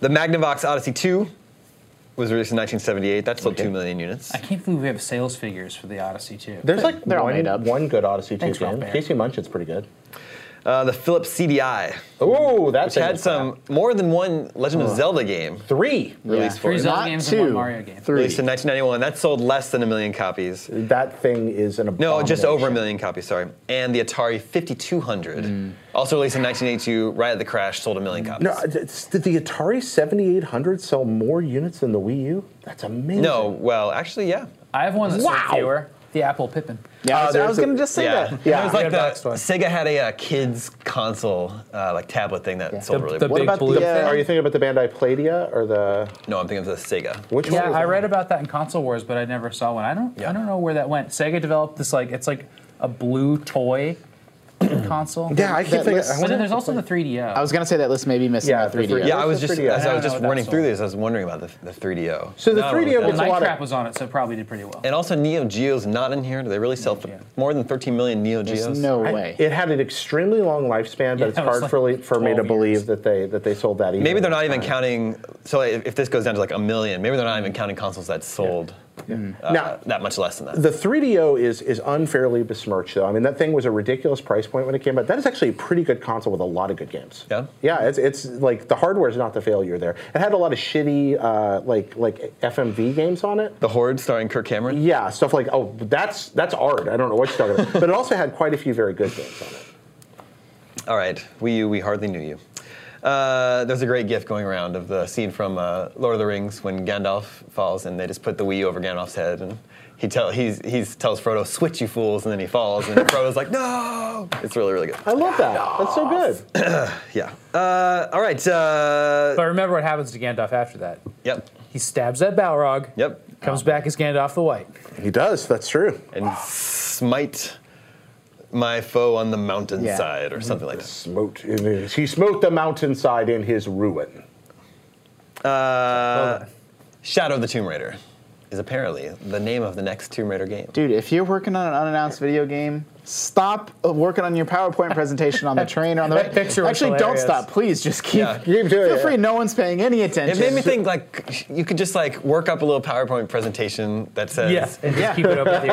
[SPEAKER 3] The Magnavox Odyssey 2 was released in 1978. That sold 2 million units.
[SPEAKER 4] I can't believe we have sales figures for the Odyssey too.
[SPEAKER 5] There's like
[SPEAKER 6] They're all
[SPEAKER 5] one,
[SPEAKER 6] made up.
[SPEAKER 5] one good Odyssey 2
[SPEAKER 4] Thanks,
[SPEAKER 5] game.
[SPEAKER 4] Robert.
[SPEAKER 5] Casey Munchin's pretty good.
[SPEAKER 3] Uh, the Philips CDI,
[SPEAKER 5] Ooh,
[SPEAKER 3] which
[SPEAKER 5] that's
[SPEAKER 3] had some more than one Legend of Zelda game
[SPEAKER 5] three.
[SPEAKER 3] released for
[SPEAKER 4] Three
[SPEAKER 3] it.
[SPEAKER 4] Zelda
[SPEAKER 6] Not
[SPEAKER 4] games
[SPEAKER 6] two,
[SPEAKER 4] and one Mario game.
[SPEAKER 6] Three.
[SPEAKER 3] Released in 1991. That sold less than a million copies.
[SPEAKER 5] That thing is an
[SPEAKER 3] No, just over a
[SPEAKER 5] abomination.
[SPEAKER 3] million copies, sorry. And the Atari 5200, also released in 1982, right at the crash, sold a million copies.
[SPEAKER 5] No, it's- did the Atari 7800 sell more units than the Wii U? That's amazing.
[SPEAKER 3] No, well, actually, yeah.
[SPEAKER 4] I have one that sold
[SPEAKER 5] Wow.
[SPEAKER 4] fewer. the Apple Pippin.
[SPEAKER 6] Yeah, I was, I
[SPEAKER 5] there's
[SPEAKER 6] was
[SPEAKER 5] a-
[SPEAKER 6] gonna just say
[SPEAKER 3] yeah.
[SPEAKER 6] that.
[SPEAKER 3] yeah.
[SPEAKER 5] Yeah.
[SPEAKER 3] It was like
[SPEAKER 4] Yeah,
[SPEAKER 3] the
[SPEAKER 4] that's fine.
[SPEAKER 3] Sega had a uh, kids console, uh, like tablet thing that sold
[SPEAKER 4] The-
[SPEAKER 3] really
[SPEAKER 4] the
[SPEAKER 3] well.
[SPEAKER 4] big-
[SPEAKER 6] What about
[SPEAKER 4] blue
[SPEAKER 6] the?
[SPEAKER 4] thing.
[SPEAKER 6] uh,
[SPEAKER 5] Are you thinking about the Bandai Pladia or the
[SPEAKER 3] No, I'm thinking of the Sega.
[SPEAKER 5] which one?
[SPEAKER 4] Yeah,
[SPEAKER 5] was
[SPEAKER 4] I
[SPEAKER 5] that?
[SPEAKER 4] read about that in Console Wars, but I never saw one. I don't
[SPEAKER 3] Yeah.
[SPEAKER 4] I don't know where that went. Sega developed this like it's like a blue toy console.
[SPEAKER 5] Yeah, I keep
[SPEAKER 6] That
[SPEAKER 5] thinking.
[SPEAKER 6] list-
[SPEAKER 5] I
[SPEAKER 4] But
[SPEAKER 5] wonder
[SPEAKER 4] then
[SPEAKER 5] if
[SPEAKER 4] there's
[SPEAKER 5] it's
[SPEAKER 4] also the
[SPEAKER 5] like-
[SPEAKER 4] 3DO.
[SPEAKER 6] I was gonna say that list may be missing
[SPEAKER 5] Yeah,
[SPEAKER 6] the
[SPEAKER 5] the
[SPEAKER 6] 3D.
[SPEAKER 5] free-
[SPEAKER 3] Yeah, I was
[SPEAKER 5] Where's the
[SPEAKER 3] just
[SPEAKER 5] 3DO?
[SPEAKER 3] as
[SPEAKER 5] I
[SPEAKER 3] I
[SPEAKER 4] don't
[SPEAKER 3] was
[SPEAKER 4] know
[SPEAKER 3] just
[SPEAKER 4] what that
[SPEAKER 3] running through
[SPEAKER 4] sold.
[SPEAKER 3] this, I was wondering about the, the 3DO.
[SPEAKER 5] So the
[SPEAKER 3] Not
[SPEAKER 5] 3DO
[SPEAKER 3] really
[SPEAKER 4] well,
[SPEAKER 5] gets a
[SPEAKER 4] Night
[SPEAKER 5] lot
[SPEAKER 4] Trap
[SPEAKER 5] of.
[SPEAKER 4] was on it, so it probably did pretty well.
[SPEAKER 3] And also Neo Geo's not in here. Do they really sell for
[SPEAKER 4] Geo.
[SPEAKER 3] more than 13 million Neo Geos?
[SPEAKER 6] There's no
[SPEAKER 5] I-
[SPEAKER 6] way.
[SPEAKER 5] It had an extremely long lifespan, but
[SPEAKER 4] Yeah,
[SPEAKER 5] it's
[SPEAKER 4] it was
[SPEAKER 5] hard
[SPEAKER 4] like
[SPEAKER 5] for, for me to
[SPEAKER 4] 12 years.
[SPEAKER 5] believe that they that they sold that. Uh, Either.
[SPEAKER 3] Maybe they're not even counting. So if if this goes down to like a million, maybe they're not even counting consoles that sold uh,
[SPEAKER 5] Now-
[SPEAKER 3] that much less than that.
[SPEAKER 5] The 3DO is is unfairly besmirched though. I mean, that thing was a ridiculous price point when it came out. That is actually a pretty good console with a lot of good games.
[SPEAKER 3] Yeah?
[SPEAKER 5] Yeah, it's it's like the hardware is not the failure there. It had a lot of shitty uh, like like FMV games on it.
[SPEAKER 3] the Horde starring Kirk Cameron.
[SPEAKER 5] Yeah, stuff like oh that's that's art. I don't know what you're talking about. But it also had quite a few very good games on it.
[SPEAKER 3] All right, Wii U, we hardly knew you. Uh, there's a great GIF going around of the scene from uh, Lord of the Rings when Gandalf falls, and they just put the Wii U over Gandalf's head, and he tell he's he's tells Frodo, "Switch, you fools!" and then he falls, and Frodo's like, "No!" It's really really
[SPEAKER 5] I
[SPEAKER 3] good.
[SPEAKER 5] love that. That's so good.
[SPEAKER 3] Yeah. Uh, all right. Uh,
[SPEAKER 4] But remember what happens to Gandalf after that.
[SPEAKER 3] yep.
[SPEAKER 4] He stabs that Balrog.
[SPEAKER 3] Yep.
[SPEAKER 4] Comes back as Gandalf the White.
[SPEAKER 5] He does. That's true.
[SPEAKER 3] And smite my foe on the mountainside, or something like that.
[SPEAKER 5] Smote. in his- He smote the mountainside in his ruin.
[SPEAKER 3] Uh, Shadow of the Tomb Raider is apparently the name of the next Tomb Raider game.
[SPEAKER 6] Dude, if you're working on an unannounced video game, stop uh, working on your PowerPoint presentation on the train or on the
[SPEAKER 4] That picture was
[SPEAKER 6] Actually,
[SPEAKER 4] hilarious.
[SPEAKER 6] don't stop. Please, just keep.
[SPEAKER 3] Yeah.
[SPEAKER 5] Keep doing
[SPEAKER 6] feel
[SPEAKER 5] it.
[SPEAKER 6] free. No one's paying any
[SPEAKER 3] It
[SPEAKER 6] attention.
[SPEAKER 3] made me think like you could just like work up a little PowerPoint presentation that says
[SPEAKER 4] Yes. And just keep it up at the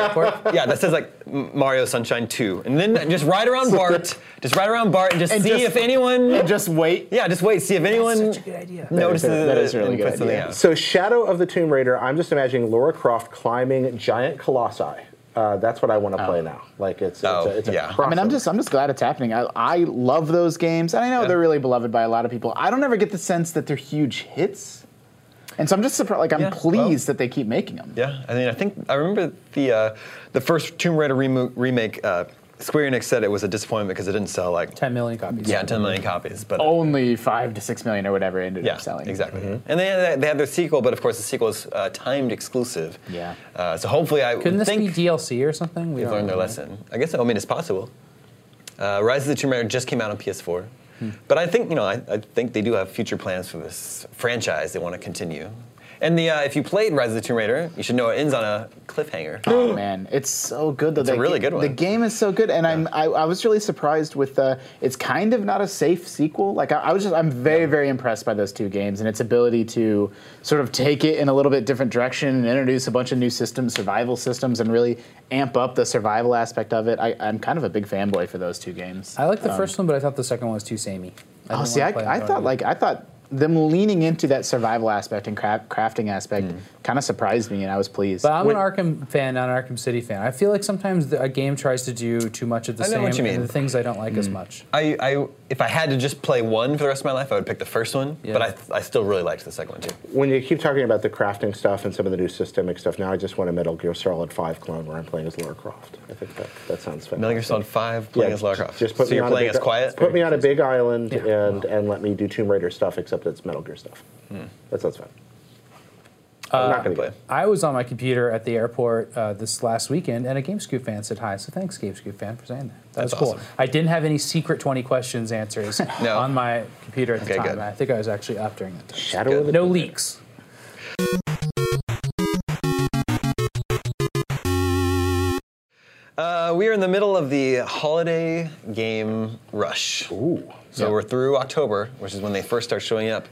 [SPEAKER 4] airport.
[SPEAKER 3] yeah, that says like M- Mario Sunshine 2. And then just ride around Bart, just ride around Bart and just
[SPEAKER 6] And
[SPEAKER 3] see
[SPEAKER 6] just-
[SPEAKER 3] if anyone
[SPEAKER 6] And just wait.
[SPEAKER 3] Yeah, just wait, see if anyone
[SPEAKER 4] Such a good idea.
[SPEAKER 3] notices
[SPEAKER 6] That is a- that is a really
[SPEAKER 3] it and
[SPEAKER 6] good
[SPEAKER 3] puts something
[SPEAKER 6] idea.
[SPEAKER 3] out.
[SPEAKER 5] So, Shadow of the Tomb Raider, I'm just imagining Laura Croft climbing giant colossi. Uh, that's what I want to play now. Like it's,
[SPEAKER 3] Oh,
[SPEAKER 5] it's a, it's a
[SPEAKER 3] yeah.
[SPEAKER 6] Oh. I mean, I'm
[SPEAKER 5] crossover.
[SPEAKER 6] just, I'm just glad it's happening. I, I love those games, and I know
[SPEAKER 3] Yeah.
[SPEAKER 6] they're really beloved by a lot of people. I don't ever get the sense that they're huge hits, and so I'm just surprised. Like, I'm
[SPEAKER 3] Yeah,
[SPEAKER 6] pleased
[SPEAKER 3] well-
[SPEAKER 6] that they keep making them.
[SPEAKER 3] Yeah, I mean, I think I remember the uh, the first Tomb Raider remo- remake. Uh, Square Enix said it was a disappointment because it didn't sell like
[SPEAKER 4] 10 million copies.
[SPEAKER 3] yeah 10 million copies, but
[SPEAKER 6] Only five to six million or whatever ended
[SPEAKER 3] Yeah,
[SPEAKER 6] up Oh, selling.
[SPEAKER 3] exactly. And they, they had their sequel, but of course the sequel is uh, timed exclusive.
[SPEAKER 6] Yeah.
[SPEAKER 3] Uh, so hopefully I
[SPEAKER 4] Couldn't
[SPEAKER 3] would
[SPEAKER 4] this
[SPEAKER 3] think
[SPEAKER 4] be uh, DLC or something? We
[SPEAKER 3] they've
[SPEAKER 4] don't
[SPEAKER 3] learned their
[SPEAKER 4] know.
[SPEAKER 3] lesson. I guess I mean it's possible. Uh, Rise of the Tomb Raider just came out on PS4, but I think you know I, I think they do have future plans for this franchise. They want to continue. And the uh, if you played Rise of the Tomb Raider, you should know it ends on a cliffhanger.
[SPEAKER 6] Oh man, it's so good though. It's
[SPEAKER 3] a really good one.
[SPEAKER 6] The game is so good, and I'm I, I was really surprised with the. It's kind of not a safe sequel. Like I, I was just I'm very very impressed by those two games and its ability to sort of take it in a little bit different direction and introduce a bunch of new systems, survival systems, and really amp up the survival aspect of it. I, I'm kind of a big fanboy for those two games.
[SPEAKER 4] I like the first one, but I thought the second one was too samey.
[SPEAKER 6] Um, Oh,
[SPEAKER 4] didn't
[SPEAKER 6] see, I,
[SPEAKER 4] wanna play
[SPEAKER 6] I
[SPEAKER 4] it.
[SPEAKER 6] thought like I thought them leaning into that survival aspect and craft, crafting aspect
[SPEAKER 3] Hmm.
[SPEAKER 6] kind of surprised me, and I was pleased.
[SPEAKER 4] But I'm an Arkham fan, not an Arkham City fan. I feel like sometimes the, a game tries to do too much of the
[SPEAKER 3] I know
[SPEAKER 4] same
[SPEAKER 3] what you mean.
[SPEAKER 4] and the things I don't like
[SPEAKER 6] Mm.
[SPEAKER 4] as much.
[SPEAKER 3] I, I if I had to just play one for the rest of my life, I would pick the first one. But I, I still really liked the second one too.
[SPEAKER 5] when you keep talking about the crafting stuff and some of the new systemic stuff, now I just want a Metal Gear Solid 5 clone where I'm playing as Laura Croft. I think that, that sounds fantastic.
[SPEAKER 3] Metal Gear Solid 5 playing
[SPEAKER 5] Yeah,
[SPEAKER 3] as Lara
[SPEAKER 5] j-
[SPEAKER 3] Croft.
[SPEAKER 5] Just put
[SPEAKER 3] so
[SPEAKER 5] me
[SPEAKER 3] you're
[SPEAKER 5] on a
[SPEAKER 3] playing
[SPEAKER 5] big-
[SPEAKER 3] as Quiet?
[SPEAKER 5] Put me on a big island
[SPEAKER 4] Yeah.
[SPEAKER 5] and, and let me do Tomb Raider stuff, except it's Metal Gear stuff.
[SPEAKER 3] Hmm.
[SPEAKER 5] That sounds fun.
[SPEAKER 6] Uh,
[SPEAKER 5] I'm not going to
[SPEAKER 3] play.
[SPEAKER 5] play.
[SPEAKER 4] I was on my computer at the airport uh, this last weekend, and a GameScoop fan said hi. So thanks, GameScoop fan, for saying that. That
[SPEAKER 3] That's
[SPEAKER 4] was cool.
[SPEAKER 3] awesome.
[SPEAKER 4] I didn't have any secret 20 questions answers
[SPEAKER 3] No.
[SPEAKER 4] on my computer at
[SPEAKER 3] Okay,
[SPEAKER 4] the time.
[SPEAKER 3] good.
[SPEAKER 4] and I think I was actually up during that time.
[SPEAKER 5] Shadow
[SPEAKER 3] Good.
[SPEAKER 5] of the
[SPEAKER 4] No leaks.
[SPEAKER 3] Uh, we are in the middle of the holiday game rush. Ooh. So we're through October, which is when they first start showing up.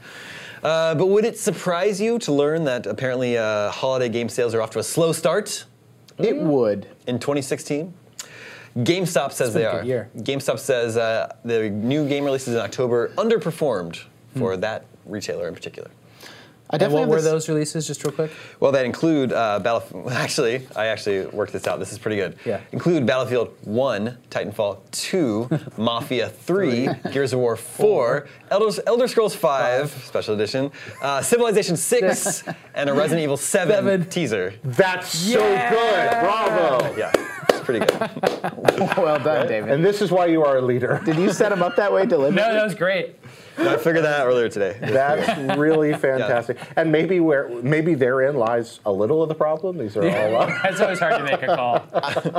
[SPEAKER 3] Uh, but would it surprise you to learn that apparently uh, holiday game sales are off to a slow start
[SPEAKER 6] it would.
[SPEAKER 3] in 2016? GameStop says they
[SPEAKER 4] been a good
[SPEAKER 3] are.
[SPEAKER 4] year.
[SPEAKER 3] GameStop says uh, the new game releases in October underperformed for
[SPEAKER 4] Hmm.
[SPEAKER 3] that retailer in particular.
[SPEAKER 6] I
[SPEAKER 4] And
[SPEAKER 6] definitely
[SPEAKER 4] what
[SPEAKER 6] have
[SPEAKER 4] were
[SPEAKER 6] this-
[SPEAKER 4] those releases, just real quick?
[SPEAKER 3] Well, that include uh, Battlefield. Actually, I actually worked this out. This is pretty good.
[SPEAKER 4] Yeah.
[SPEAKER 3] Include Battlefield One, Titanfall Two, Mafia Three, Gears of War Four, Elder, Elder Scrolls Five Special Edition, uh, Civilization Six, and a Resident Evil 7,
[SPEAKER 4] Seven.
[SPEAKER 3] teaser.
[SPEAKER 5] That's so good. Bravo.
[SPEAKER 3] Yeah. pretty good.
[SPEAKER 6] well done, David.
[SPEAKER 5] And this is why you are a leader.
[SPEAKER 6] Did you set him up that way deliberately?
[SPEAKER 4] No, that was great.
[SPEAKER 3] I figured that out earlier today.
[SPEAKER 5] That's really fantastic. And maybe where maybe therein lies a little of the problem. These are
[SPEAKER 6] Oh,
[SPEAKER 5] all uh,
[SPEAKER 4] That's always hard to make a call.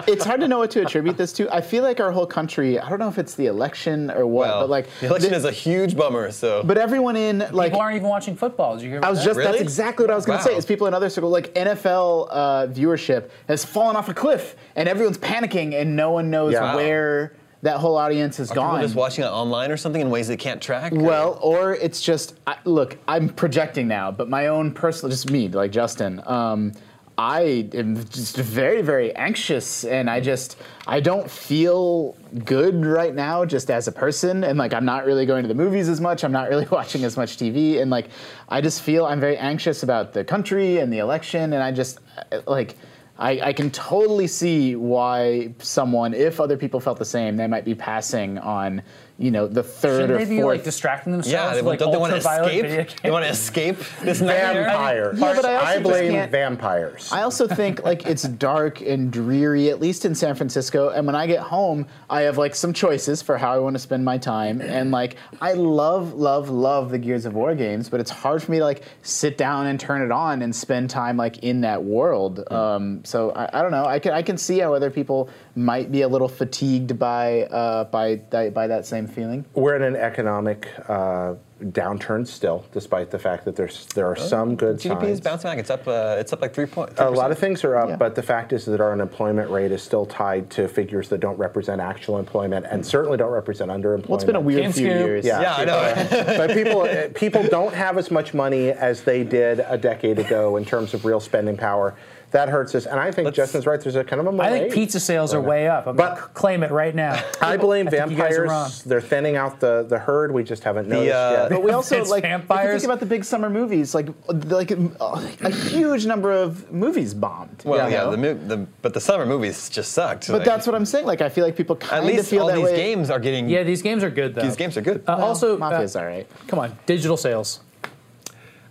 [SPEAKER 6] it's hard to know what to attribute this to. I feel like our whole country, I don't know if it's the election or what,
[SPEAKER 3] Well,
[SPEAKER 6] but like
[SPEAKER 3] the election
[SPEAKER 6] thi-
[SPEAKER 3] is a huge bummer. So
[SPEAKER 6] but everyone in like
[SPEAKER 4] People aren't even watching football. Did you hear
[SPEAKER 6] I
[SPEAKER 4] about
[SPEAKER 6] was
[SPEAKER 4] that?
[SPEAKER 6] just
[SPEAKER 3] Really?
[SPEAKER 6] that's exactly what I was going
[SPEAKER 3] Wow.
[SPEAKER 6] to say. Is people in other circles like NFL uh, viewership has fallen off a cliff and everyone's panicking and no one knows
[SPEAKER 5] Yeah.
[SPEAKER 6] where that whole audience is
[SPEAKER 3] are people
[SPEAKER 6] gone.
[SPEAKER 3] just watching it online or something in ways they can't track?
[SPEAKER 6] Well, or it's just I, look. I'm projecting now, but my own personal, just me, like Justin. Um, I am just very, very anxious, and I just I don't feel good right now, just as a person, and like I'm not really going to the movies as much. I'm not really watching as much TV, and like I just feel I'm very anxious about the country and the election, and I just uh, like. I, I can totally see why someone, if other people felt the same, they might be passing on, you know, the third
[SPEAKER 4] Shouldn't
[SPEAKER 6] or
[SPEAKER 4] they be
[SPEAKER 6] fourth.
[SPEAKER 4] like distracting themselves?
[SPEAKER 3] yeah, they,
[SPEAKER 4] with, like
[SPEAKER 3] don't they want to
[SPEAKER 4] ultraviolet video
[SPEAKER 3] escape? They
[SPEAKER 4] games?
[SPEAKER 3] want to escape this nightmare?
[SPEAKER 5] vampires.
[SPEAKER 6] Yeah, but I also just
[SPEAKER 5] blame
[SPEAKER 6] can't-
[SPEAKER 5] vampires.
[SPEAKER 6] I also think like it's dark and dreary, at least in San Francisco. And when I get home, I have like some choices for how I want to spend my time. And like I love, love, love the Gears of War games, but it's hard for me to like sit down and turn it on and spend time like in that world. Um, so I, I don't know. I can I can see how other people might be a little fatigued by uh, by that, by that same feeling.
[SPEAKER 5] We're in an economic uh, downturn still, despite the fact that there's there are some good
[SPEAKER 3] GDP
[SPEAKER 5] signs.
[SPEAKER 3] is bouncing back. It's up. Uh, it's up like three points.
[SPEAKER 5] a lot of things are up,
[SPEAKER 6] Yeah.
[SPEAKER 5] but the fact is that our unemployment rate is still tied to figures that don't represent actual employment and certainly don't represent underemployment.
[SPEAKER 6] Well, it's been a weird
[SPEAKER 4] Game
[SPEAKER 6] few
[SPEAKER 4] scoop.
[SPEAKER 6] years.
[SPEAKER 5] Yeah.
[SPEAKER 3] Yeah, I know.
[SPEAKER 5] but people uh, people don't have as much money as they did a decade ago in terms of real spending power. That hurts us, and I think
[SPEAKER 3] Let's-
[SPEAKER 5] Justin's right. There's a kind of a
[SPEAKER 4] I think
[SPEAKER 5] malaise.
[SPEAKER 4] pizza sales are way up. I'm
[SPEAKER 5] But-
[SPEAKER 4] gonna claim it right now.
[SPEAKER 5] I blame
[SPEAKER 4] think you guys are wrong.
[SPEAKER 5] vampires. They're thinning out the, the herd. We just haven't noticed
[SPEAKER 3] uh,
[SPEAKER 5] yet.
[SPEAKER 6] But we also
[SPEAKER 4] It's
[SPEAKER 6] like if you
[SPEAKER 4] vampires.
[SPEAKER 6] think about the big summer movies, like like uh, a huge number of movies bombed.
[SPEAKER 3] well,
[SPEAKER 6] you
[SPEAKER 3] yeah.
[SPEAKER 6] know?
[SPEAKER 3] The, mo- the but the summer movies just sucked.
[SPEAKER 6] but that's what I'm saying. Like I feel like people kind
[SPEAKER 3] At least
[SPEAKER 6] of feel
[SPEAKER 3] all
[SPEAKER 6] that
[SPEAKER 3] these
[SPEAKER 6] way. Oh,
[SPEAKER 3] games are getting.
[SPEAKER 4] yeah, these games are good though.
[SPEAKER 3] these games are good.
[SPEAKER 4] Uh, also, uh,
[SPEAKER 6] Mafia's all right.
[SPEAKER 4] come on, digital sales.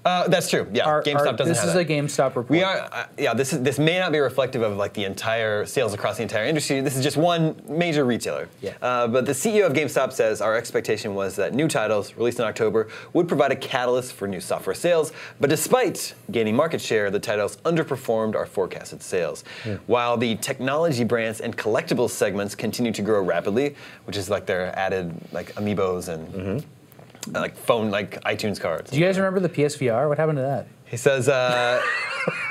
[SPEAKER 3] Uh, that's true. Yeah,
[SPEAKER 4] Are-
[SPEAKER 3] GameStop
[SPEAKER 4] are-
[SPEAKER 3] doesn't
[SPEAKER 4] This
[SPEAKER 3] have
[SPEAKER 4] is
[SPEAKER 3] that.
[SPEAKER 4] a GameStop report.
[SPEAKER 3] We are, uh, yeah. This is this may not be reflective of like the entire sales across the entire industry. This is just one major retailer.
[SPEAKER 4] Yeah.
[SPEAKER 3] Uh, but the CEO of GameStop says our expectation was that new titles released in October would provide a catalyst for new software sales. But despite gaining market share, the titles underperformed our forecasted sales. While the technology brands and collectibles segments continue to grow rapidly, which is like their added like amiibos and. uh, Like phone, like iTunes cards.
[SPEAKER 4] Do you guys remember the PSVR? What happened to that?
[SPEAKER 3] He says uh,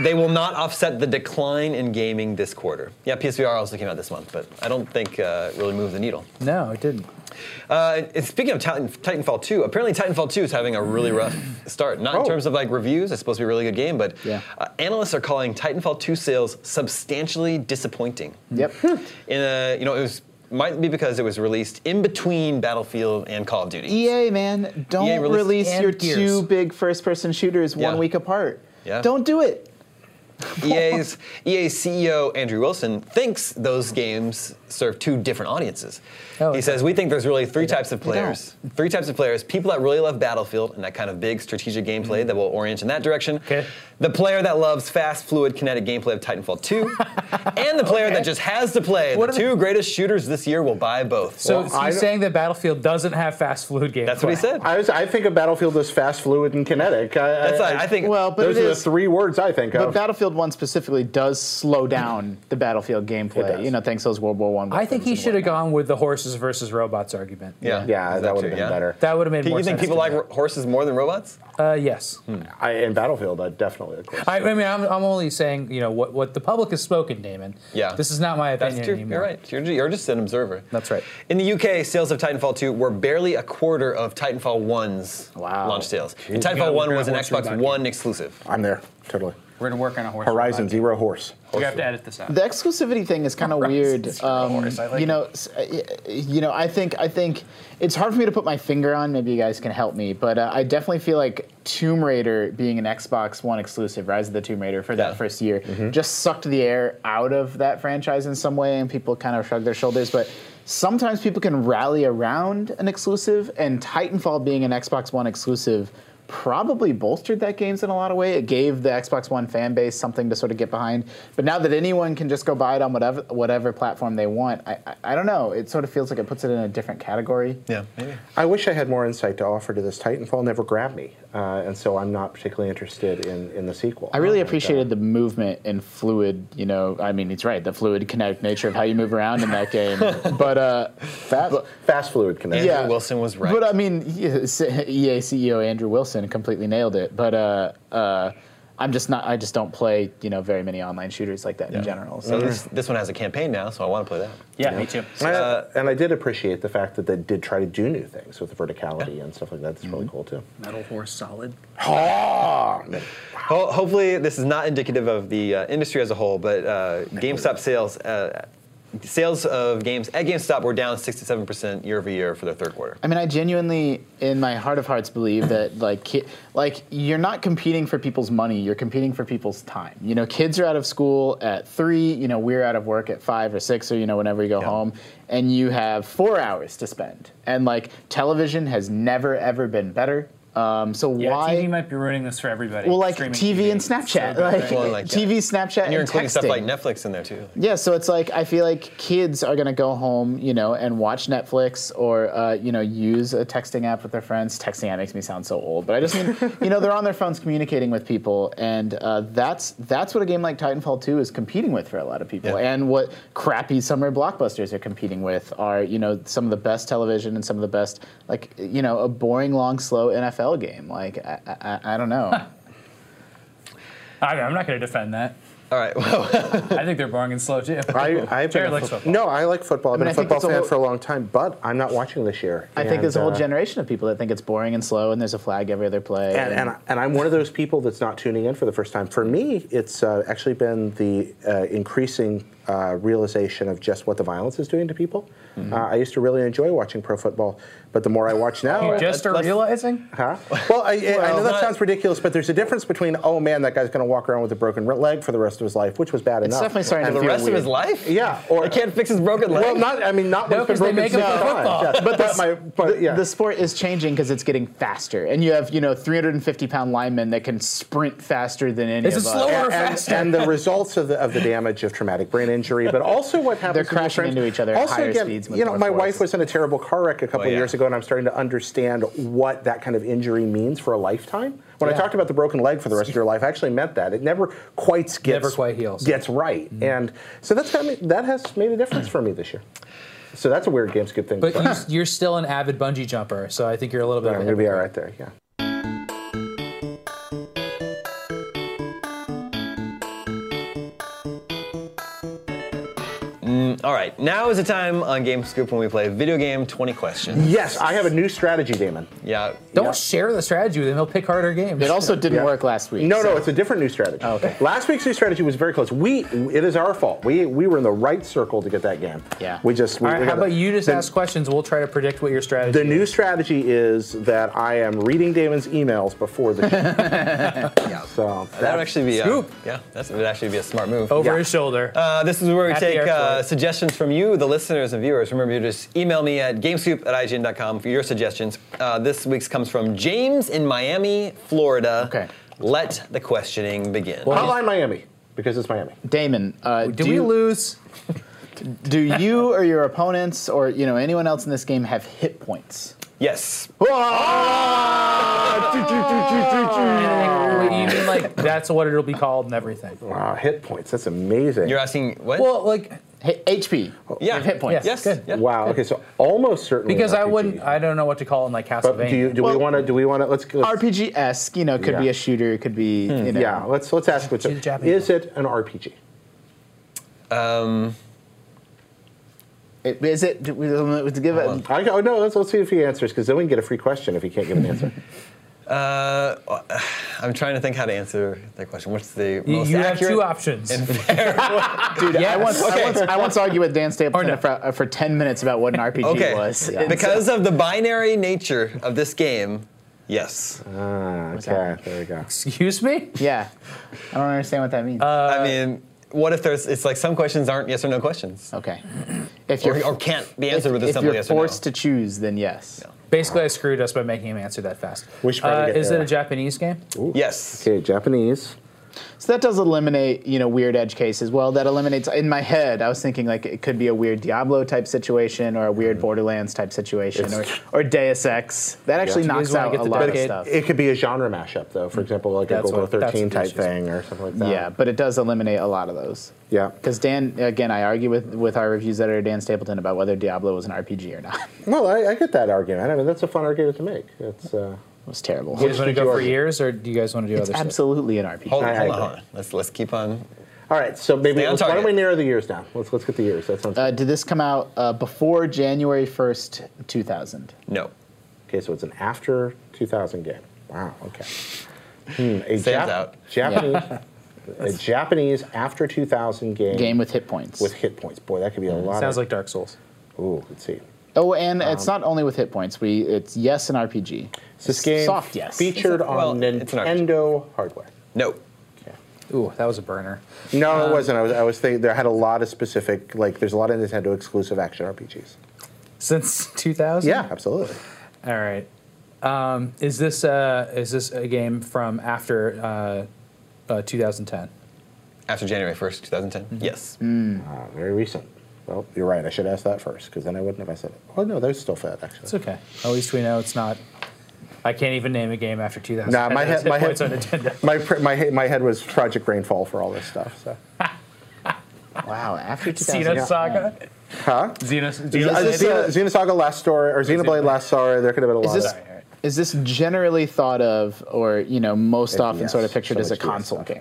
[SPEAKER 3] they will not offset the decline in gaming this quarter. Yeah, PSVR also came out this month, but I don't think uh, it really moved the needle.
[SPEAKER 4] No, it didn't.
[SPEAKER 3] Uh, and speaking of Titan, Titanfall 2, apparently Titanfall 2 is having a really rough start. Not in
[SPEAKER 5] Oh.
[SPEAKER 3] terms of like reviews, it's supposed to be a really good game, but
[SPEAKER 6] Yeah.
[SPEAKER 3] uh, analysts are calling Titanfall 2 sales substantially disappointing.
[SPEAKER 6] Yep.
[SPEAKER 3] In a, you know, it was might be because it was released in between Battlefield and Call of Duty.
[SPEAKER 6] EA E man, don't
[SPEAKER 3] EA released
[SPEAKER 6] release
[SPEAKER 4] and
[SPEAKER 6] your
[SPEAKER 4] Gears.
[SPEAKER 6] two big first-person shooters
[SPEAKER 3] Yeah.
[SPEAKER 6] one week apart.
[SPEAKER 3] Yeah.
[SPEAKER 6] Don't do it.
[SPEAKER 3] EA's EA CEO E Andrew Wilson thinks those games serve two different audiences.
[SPEAKER 4] Oh,
[SPEAKER 3] he
[SPEAKER 4] okay.
[SPEAKER 3] says we think there's really three types of
[SPEAKER 6] don't.
[SPEAKER 3] players. Three types of players: people that really love Battlefield and that kind of big strategic gameplay that will orient in that direction.
[SPEAKER 4] Okay.
[SPEAKER 3] The player that loves fast, fluid, kinetic gameplay of Titanfall 2, and the player that just has to play.
[SPEAKER 4] What
[SPEAKER 3] the
[SPEAKER 4] are
[SPEAKER 3] two greatest shooters this year will buy both.
[SPEAKER 4] So
[SPEAKER 5] Well,
[SPEAKER 4] he's
[SPEAKER 5] I don't-
[SPEAKER 4] saying that Battlefield doesn't have fast fluid gameplay.
[SPEAKER 3] that's what he said.
[SPEAKER 5] I, was, I think of Battlefield as fast, fluid, and kinetic. I,
[SPEAKER 3] That's
[SPEAKER 5] I,
[SPEAKER 3] I, I think.
[SPEAKER 6] Well, but
[SPEAKER 5] those
[SPEAKER 6] it
[SPEAKER 5] are
[SPEAKER 6] is-
[SPEAKER 5] the three words I think
[SPEAKER 6] But
[SPEAKER 5] of.
[SPEAKER 6] Battlefield One specifically does slow down the Battlefield gameplay.
[SPEAKER 5] does.
[SPEAKER 6] You know, thanks to those World War One.
[SPEAKER 4] I think he should have gone with the horses versus robots argument.
[SPEAKER 3] yeah,
[SPEAKER 5] yeah,
[SPEAKER 3] Is
[SPEAKER 5] that would
[SPEAKER 3] true?
[SPEAKER 5] have been
[SPEAKER 3] Yeah.
[SPEAKER 5] better.
[SPEAKER 4] That would have made
[SPEAKER 3] Do
[SPEAKER 4] more
[SPEAKER 3] you think
[SPEAKER 4] sense.
[SPEAKER 3] people
[SPEAKER 4] to
[SPEAKER 3] like
[SPEAKER 4] me.
[SPEAKER 3] ro- horses more than robots?
[SPEAKER 4] Uh, yes.
[SPEAKER 5] I, in Battlefield, I definitely, of course.
[SPEAKER 4] I, I mean, I'm, I'm only saying, you know, what, what the public has spoken, Damon.
[SPEAKER 3] Yeah.
[SPEAKER 4] This is not my opinion
[SPEAKER 3] That's true.
[SPEAKER 4] anymore.
[SPEAKER 3] You're right. You're, ju- you're just an observer.
[SPEAKER 4] That's right.
[SPEAKER 3] In the UK, sales of Titanfall 2 were barely a quarter of Titanfall 1's
[SPEAKER 6] Wow.
[SPEAKER 3] launch sales. And
[SPEAKER 4] Yeah,
[SPEAKER 3] Titanfall
[SPEAKER 4] we're
[SPEAKER 3] 1
[SPEAKER 4] gonna
[SPEAKER 3] was an
[SPEAKER 4] watch your
[SPEAKER 3] Xbox
[SPEAKER 4] back.
[SPEAKER 3] One exclusive.
[SPEAKER 5] I'm there, totally.
[SPEAKER 4] We're going to work on a horse.
[SPEAKER 5] Horizon Zero Horse.
[SPEAKER 4] We have to edit this out.
[SPEAKER 6] The exclusivity thing is kind of weird. Um,
[SPEAKER 4] horse, I like
[SPEAKER 6] you know, s- uh, y- you know. I think I think it's hard for me to put my finger on. Maybe you guys can help me, but uh, I definitely feel like Tomb Raider being an Xbox One exclusive, Rise of the Tomb Raider for
[SPEAKER 3] Yeah.
[SPEAKER 6] that first year, just sucked the air out of that franchise in some way, and people kind of shrugged their shoulders. But sometimes people can rally around an exclusive, and Titanfall being an Xbox One exclusive probably bolstered that games in a lot of way. It gave the Xbox One fan base something to sort of get behind. But now that anyone can just go buy it on whatever whatever platform they want, I, I, I don't know. It sort of feels like it puts it in a different category.
[SPEAKER 3] Yeah, maybe.
[SPEAKER 5] I wish I had more insight to offer to this. Titanfall never grabbed me, uh, and so I'm not particularly interested in, in the sequel.
[SPEAKER 6] I
[SPEAKER 3] Oh
[SPEAKER 6] really appreciated the movement and fluid, you know, I mean, it's right, the fluid kinetic nature of how you move around in that game. But, uh,
[SPEAKER 5] fast, fast fluid connection.
[SPEAKER 3] Andrew Wilson was right.
[SPEAKER 6] But I mean, E yes, EA CEO Andrew Wilson completely nailed it. But, uh, uh, I'm just not, I just don't play, you know, very many online shooters like that in general. So
[SPEAKER 3] So this, this one has a campaign now, so I want to play that.
[SPEAKER 4] Yeah, me too.
[SPEAKER 5] And I-
[SPEAKER 4] Uh,
[SPEAKER 5] and I did appreciate the fact that they did try to do new things with the verticality and stuff like that. That's
[SPEAKER 6] Mm-hmm.
[SPEAKER 5] really cool too.
[SPEAKER 4] Metal Horse Solid.
[SPEAKER 5] Ah!
[SPEAKER 3] Ho- hopefully, this is not indicative of the uh, industry as a whole, but uh, GameStop sales. Uh, Sales of games at GameStop were down 67% year over year for the third quarter.
[SPEAKER 6] I mean, I genuinely, in my heart of hearts, believe that like ki- like you're not competing for people's money; you're competing for people's time. You know, kids are out of school at three. You know, we're out of work at five or six, or you know, whenever you go home, and you have four hours to spend. And like, television has never ever been better. Um, so
[SPEAKER 4] Yeah,
[SPEAKER 6] why?
[SPEAKER 4] TV might be ruining this for everybody.
[SPEAKER 6] well, like TV,
[SPEAKER 4] Streaming
[SPEAKER 6] and
[SPEAKER 4] It's so
[SPEAKER 6] Snapchat,
[SPEAKER 4] bad.
[SPEAKER 6] like,
[SPEAKER 3] Well, like, yeah.
[SPEAKER 6] TV, Snapchat,
[SPEAKER 3] And you're including stuff
[SPEAKER 6] texting.
[SPEAKER 3] like Netflix in there too.
[SPEAKER 6] Yeah, so it's like I feel like kids are gonna go home, you know, and watch Netflix or uh, you know use a texting app with their friends. Texting app makes me sound so old, but I just mean you know they're on their phones communicating with people, and uh, that's that's what a game like Titanfall 2 is competing with for a lot of people,
[SPEAKER 3] Yeah.
[SPEAKER 6] and what crappy summer blockbusters are competing with are you know some of the best television and some of the best like you know a boring long slow NFL game. Like I I, I- I don't know.
[SPEAKER 4] I mean, I'm not going to defend that.
[SPEAKER 3] All right, well,
[SPEAKER 4] I think they're boring and slow too.
[SPEAKER 5] I, I've
[SPEAKER 4] Jared
[SPEAKER 5] been a
[SPEAKER 4] likes
[SPEAKER 5] fo-
[SPEAKER 4] football.
[SPEAKER 5] No, I like football. I've
[SPEAKER 6] I mean,
[SPEAKER 5] been
[SPEAKER 6] I
[SPEAKER 5] a
[SPEAKER 6] think
[SPEAKER 5] football
[SPEAKER 6] it's a
[SPEAKER 5] fan
[SPEAKER 6] whole-
[SPEAKER 5] for a long time, but I'm not watching this year.
[SPEAKER 6] I think
[SPEAKER 5] And,
[SPEAKER 6] there's a whole
[SPEAKER 5] uh,
[SPEAKER 6] generation of people that think it's boring and slow, and there's a flag every other play.
[SPEAKER 5] And, and, I- and I'm one of those people that's not tuning in for the first time. For me, it's uh, actually been the uh, increasing uh, realization of just what the violence is doing to people. Uh, I used to really enjoy watching pro football, but the more I watch now,
[SPEAKER 4] You just are realizing?
[SPEAKER 5] Huh? Well, I, I know that
[SPEAKER 3] not-
[SPEAKER 5] sounds ridiculous, but there's a difference between oh man, that guy's going to walk around with a broken re- leg for the rest of his life, which was bad
[SPEAKER 6] It's
[SPEAKER 5] enough.
[SPEAKER 6] definitely starting
[SPEAKER 5] And
[SPEAKER 6] to
[SPEAKER 3] the
[SPEAKER 6] feel
[SPEAKER 3] rest of
[SPEAKER 6] weird.
[SPEAKER 3] his life?
[SPEAKER 5] Yeah, or
[SPEAKER 3] He can't fix his broken leg?
[SPEAKER 5] Well, not I mean not when
[SPEAKER 4] No,
[SPEAKER 5] it's been
[SPEAKER 4] 'cause they
[SPEAKER 5] broken
[SPEAKER 4] make him
[SPEAKER 5] six
[SPEAKER 4] play
[SPEAKER 5] times,
[SPEAKER 4] football.
[SPEAKER 5] yes, but that's my but yeah.
[SPEAKER 6] the sport is changing because it's getting faster, and you have you know 350 pound linemen that can sprint faster than any
[SPEAKER 4] Is
[SPEAKER 6] of
[SPEAKER 4] it
[SPEAKER 6] us.
[SPEAKER 4] slower?
[SPEAKER 5] and, and, and the results of the, of the damage of traumatic brain injury, but also what happens.
[SPEAKER 6] They're
[SPEAKER 5] to your
[SPEAKER 6] crashing
[SPEAKER 5] friends.
[SPEAKER 6] into each other at
[SPEAKER 5] Also,
[SPEAKER 6] higher
[SPEAKER 5] again,
[SPEAKER 6] speeds with
[SPEAKER 5] You know,
[SPEAKER 6] more
[SPEAKER 5] my
[SPEAKER 6] force.
[SPEAKER 5] wife was in a terrible car wreck a couple
[SPEAKER 3] Oh, yeah.
[SPEAKER 5] years ago, and I'm starting to understand what that kind of injury means for a lifetime. When I
[SPEAKER 6] Yeah.
[SPEAKER 5] talked about the broken leg for the rest of your life, I actually meant that. It never quite gets
[SPEAKER 4] Never quite heals.
[SPEAKER 5] Gets right,
[SPEAKER 6] Mm-hmm.
[SPEAKER 5] and so that's got me, that has made a difference for me this year. So that's a weird games good thing.
[SPEAKER 7] But
[SPEAKER 5] to
[SPEAKER 7] you,
[SPEAKER 5] say.
[SPEAKER 7] you're still an avid bungee jumper, so I think you're a little bit.
[SPEAKER 5] I'm
[SPEAKER 7] of a
[SPEAKER 5] gonna be all
[SPEAKER 7] hypocrite.
[SPEAKER 5] right there. Yeah.
[SPEAKER 3] All right, now is the time on Game Scoop when we play video game 20 questions.
[SPEAKER 5] Yes, I have a new strategy, Damon.
[SPEAKER 3] Yeah.
[SPEAKER 7] Mm-hmm. Don't share the strategy with him; he'll pick harder games.
[SPEAKER 6] It also didn't
[SPEAKER 5] Yeah.
[SPEAKER 6] work last week.
[SPEAKER 5] No,
[SPEAKER 6] so-
[SPEAKER 5] no, it's a different new strategy.
[SPEAKER 7] Oh,
[SPEAKER 6] okay.
[SPEAKER 5] Last week's new strategy was very close. We, it is our fault. We, we were in the right circle to get that game.
[SPEAKER 6] Yeah.
[SPEAKER 5] We just. We,
[SPEAKER 7] All right,
[SPEAKER 5] we
[SPEAKER 7] how
[SPEAKER 5] got
[SPEAKER 7] about
[SPEAKER 5] it.
[SPEAKER 7] you just
[SPEAKER 5] The-
[SPEAKER 7] ask questions? We'll try to predict what your strategy.
[SPEAKER 5] The new strategy is that I am reading Damon's emails before the show. So
[SPEAKER 3] That
[SPEAKER 5] that,
[SPEAKER 3] would actually be uh,
[SPEAKER 7] Scoop.
[SPEAKER 3] yeah, that's, would actually be a smart move.
[SPEAKER 7] over
[SPEAKER 5] yeah.
[SPEAKER 7] his shoulder.
[SPEAKER 3] Uh, this is where we
[SPEAKER 7] At the
[SPEAKER 3] take uh,
[SPEAKER 7] airport.
[SPEAKER 3] suggestions from you, the listeners and viewers. Remember, you just email me at gamescoop at IGN.com for your suggestions. Uh, this week's comes from James in Miami, Florida.
[SPEAKER 6] Okay.
[SPEAKER 3] Let the questioning begin.
[SPEAKER 5] hotline Miami because it's Miami.
[SPEAKER 6] Damon, uh,
[SPEAKER 7] Do
[SPEAKER 6] do,
[SPEAKER 7] we
[SPEAKER 6] you,
[SPEAKER 7] lose?
[SPEAKER 6] do you or your opponents or you know anyone else in this game have hit points?
[SPEAKER 3] yes.
[SPEAKER 5] Ah!
[SPEAKER 7] you mean like that's what it'll be called and everything?
[SPEAKER 5] Wow, Ah, hit points. That's amazing.
[SPEAKER 3] You're asking what?
[SPEAKER 7] Well, like
[SPEAKER 6] H- HP.
[SPEAKER 3] yeah.
[SPEAKER 6] You have hit points.
[SPEAKER 3] Yes.
[SPEAKER 7] Good.
[SPEAKER 3] yeah.
[SPEAKER 5] wow. Okay, so almost certainly.
[SPEAKER 7] because
[SPEAKER 5] an
[SPEAKER 7] I
[SPEAKER 5] RPG.
[SPEAKER 7] wouldn't. I don't know what to call it in like
[SPEAKER 5] But
[SPEAKER 7] Castlevania.
[SPEAKER 5] do you, do we
[SPEAKER 6] Well-
[SPEAKER 5] want to? Do we want to? Let's go.
[SPEAKER 6] RPG esque, you know, could be
[SPEAKER 5] Yeah.
[SPEAKER 6] a shooter, it could be
[SPEAKER 7] Hmm.
[SPEAKER 6] you know.
[SPEAKER 5] Yeah. Let's let's ask. What's
[SPEAKER 7] She's
[SPEAKER 5] it,
[SPEAKER 7] Japanese.
[SPEAKER 5] is it an RPG?
[SPEAKER 6] It- Is it? Do we, to give it?
[SPEAKER 5] I, oh no, let's, let's see if he answers because then we can get a free question if he can't give an answer.
[SPEAKER 3] Uh, I'm trying to think how to answer that question. What's the
[SPEAKER 7] You-
[SPEAKER 3] most
[SPEAKER 7] you have
[SPEAKER 3] accurate?
[SPEAKER 7] two options.
[SPEAKER 6] Dude, I once,
[SPEAKER 3] Okay.
[SPEAKER 6] I once, I once argued with Dan Stapleton
[SPEAKER 7] Or Oh, no.
[SPEAKER 6] for, uh, for 10 minutes about what an RPG
[SPEAKER 3] Okay.
[SPEAKER 6] was.
[SPEAKER 3] Because of the binary nature of this game, yes.
[SPEAKER 5] Ah, okay, there we go.
[SPEAKER 7] Excuse me.
[SPEAKER 6] Yeah. I don't understand what that means.
[SPEAKER 3] I mean, what if there's? It's like some questions aren't yes or no questions,
[SPEAKER 6] okay. If
[SPEAKER 3] or, or can't be answered
[SPEAKER 6] if,
[SPEAKER 3] with a
[SPEAKER 6] if
[SPEAKER 3] simple
[SPEAKER 6] you're
[SPEAKER 3] yes or no.
[SPEAKER 6] forced to choose, then yes.
[SPEAKER 4] Basically, I screwed us by making him answer that fast.
[SPEAKER 5] We should probably
[SPEAKER 4] Uh,
[SPEAKER 5] get
[SPEAKER 4] is
[SPEAKER 5] there.
[SPEAKER 4] it a Japanese game?
[SPEAKER 3] Yes.
[SPEAKER 5] Okay, Japanese.
[SPEAKER 6] So that does eliminate, you know, weird edge cases. Well, that eliminates in my head. I was thinking like it could be a weird Diablo type situation or a
[SPEAKER 3] Mm.
[SPEAKER 6] weird Borderlands type situation or, or Deus Ex. That actually
[SPEAKER 5] You
[SPEAKER 6] knocks
[SPEAKER 4] wanna
[SPEAKER 6] out
[SPEAKER 4] get
[SPEAKER 6] a
[SPEAKER 4] the
[SPEAKER 6] lot of
[SPEAKER 4] decade?
[SPEAKER 6] stuff.
[SPEAKER 5] It could be a genre mashup, though. For example, like
[SPEAKER 4] That's
[SPEAKER 5] a Golgo
[SPEAKER 4] what- that's
[SPEAKER 5] 13
[SPEAKER 4] what
[SPEAKER 5] type
[SPEAKER 4] she's saying.
[SPEAKER 5] thing or something like that.
[SPEAKER 6] yeah, but it does eliminate a lot of those.
[SPEAKER 5] Yeah.
[SPEAKER 6] Because Dan, again, I argue with with our reviews editor Dan Stapleton about whether Diablo was an RPG or not. it
[SPEAKER 5] Well, I, I get that argument. I mean, that's a fun argument to make. It's uh,
[SPEAKER 6] was terrible.
[SPEAKER 4] You guys want to
[SPEAKER 5] did you
[SPEAKER 4] go for
[SPEAKER 5] argue?
[SPEAKER 4] years, or do you guys want to do
[SPEAKER 6] It's
[SPEAKER 4] other stuff?
[SPEAKER 6] absolutely an RPG.
[SPEAKER 3] Hold on,
[SPEAKER 5] I
[SPEAKER 3] hold on,
[SPEAKER 5] agree.
[SPEAKER 3] hold on. Let's let's keep on.
[SPEAKER 5] all right. So maybe
[SPEAKER 3] Stay on
[SPEAKER 5] let's- why don't we
[SPEAKER 3] target.
[SPEAKER 5] narrow the years down? Let's let's get the years. That sounds
[SPEAKER 6] Uh, did this come out uh, before January first, two thousand?
[SPEAKER 3] No.
[SPEAKER 5] okay. So it's an after 2000 game. Wow. Okay. Hmm, a
[SPEAKER 3] Stands out.
[SPEAKER 5] Japanese, a Japanese after 2000 game,
[SPEAKER 6] Game with hit points.
[SPEAKER 5] with hit points. Boy, that could be a lot.
[SPEAKER 4] Sounds
[SPEAKER 5] of,
[SPEAKER 4] like Dark Souls.
[SPEAKER 5] Ooh, let's see.
[SPEAKER 6] Oh, and it's not only with hit points. We it's yes an RPG.
[SPEAKER 5] Is this game
[SPEAKER 6] soft yes.
[SPEAKER 5] featured
[SPEAKER 3] well,
[SPEAKER 5] on
[SPEAKER 3] it's an RPG.
[SPEAKER 5] Nintendo hardware?
[SPEAKER 3] No.
[SPEAKER 4] Ooh, that was a burner.
[SPEAKER 5] No,
[SPEAKER 3] Um,
[SPEAKER 5] it wasn't. I was, I was thinking there had a lot of specific, like, there's a lot of Nintendo exclusive action RPGs.
[SPEAKER 4] Since 2000.
[SPEAKER 5] Yeah, absolutely.
[SPEAKER 4] All right. Um, is this uh, is this a game from after uh, uh, 2010?
[SPEAKER 3] After January 1st,
[SPEAKER 8] Mm-hmm.
[SPEAKER 3] 2010? Yes.
[SPEAKER 5] Uh, very recent. Well, you're right. I should ask that first, because then I wouldn't have I said it. Oh, no, those still fit, actually.
[SPEAKER 4] It's okay. At least we know it's not. I can't even name a game after 2000.
[SPEAKER 5] Nah, my head- my head-
[SPEAKER 4] points on Nintendo.
[SPEAKER 5] My, pr- my, he- my head was Project Rainfall for all this stuff. So.
[SPEAKER 6] Wow, after
[SPEAKER 4] Xeno
[SPEAKER 6] 2000.
[SPEAKER 4] Saga.
[SPEAKER 5] Huh?
[SPEAKER 4] Xeno.
[SPEAKER 5] Uh,
[SPEAKER 4] Xeno
[SPEAKER 5] Xena- Xenosaga Last Story, or Xenoblade Last Story, there could have been a
[SPEAKER 6] Is
[SPEAKER 5] lot
[SPEAKER 6] this
[SPEAKER 5] of
[SPEAKER 6] is this generally thought of, or you know, most often
[SPEAKER 5] yes,
[SPEAKER 6] sort of pictured
[SPEAKER 5] so
[SPEAKER 6] as a
[SPEAKER 5] much DS
[SPEAKER 6] console
[SPEAKER 5] stuff.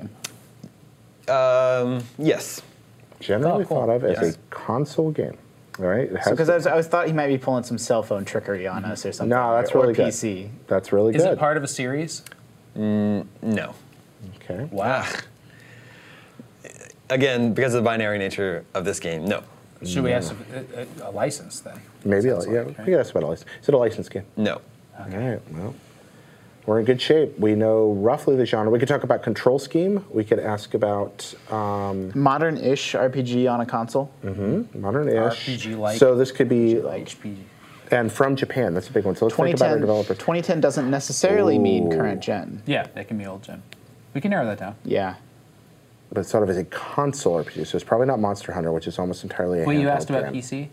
[SPEAKER 6] game?
[SPEAKER 3] Um, yes.
[SPEAKER 5] generally
[SPEAKER 4] Oh, cool.
[SPEAKER 5] thought of as
[SPEAKER 3] Yes.
[SPEAKER 5] a console game. All right? It has
[SPEAKER 6] Because
[SPEAKER 5] to-
[SPEAKER 6] I was, I was thought he might be pulling some cell phone trickery on us or something.
[SPEAKER 5] No, that's
[SPEAKER 6] or,
[SPEAKER 5] really
[SPEAKER 6] or
[SPEAKER 5] good.
[SPEAKER 6] PC.
[SPEAKER 5] That's really
[SPEAKER 4] Is
[SPEAKER 5] good.
[SPEAKER 4] it part of a series?
[SPEAKER 3] No.
[SPEAKER 5] okay.
[SPEAKER 3] Wow. Again, because of the binary nature of this game, no.
[SPEAKER 4] Should we ask a, a, a license then?
[SPEAKER 5] Maybe, I'll-
[SPEAKER 4] Sounds
[SPEAKER 5] yeah,
[SPEAKER 4] like,
[SPEAKER 5] we could ask about a license. Is it a license game?
[SPEAKER 3] No.
[SPEAKER 5] All right, well, we're in good shape. We know roughly the genre. We could talk about control scheme. We could ask about um,
[SPEAKER 6] Modern-ish RPG on a console.
[SPEAKER 5] uh, modern-ish.
[SPEAKER 4] RPG-like.
[SPEAKER 5] So this could be like,
[SPEAKER 4] HP.
[SPEAKER 5] and from Japan. That's a big one. So let's think about our
[SPEAKER 6] 2010,
[SPEAKER 5] developer.
[SPEAKER 6] 2010 doesn't necessarily mean current gen.
[SPEAKER 4] Yeah, that can be old gen. We can narrow that down.
[SPEAKER 6] Yeah.
[SPEAKER 5] But it's sort of as a console RPG, so it's probably not Monster Hunter, which is almost entirely a
[SPEAKER 4] Well, you
[SPEAKER 5] handheld
[SPEAKER 4] asked about
[SPEAKER 5] game.
[SPEAKER 4] PC.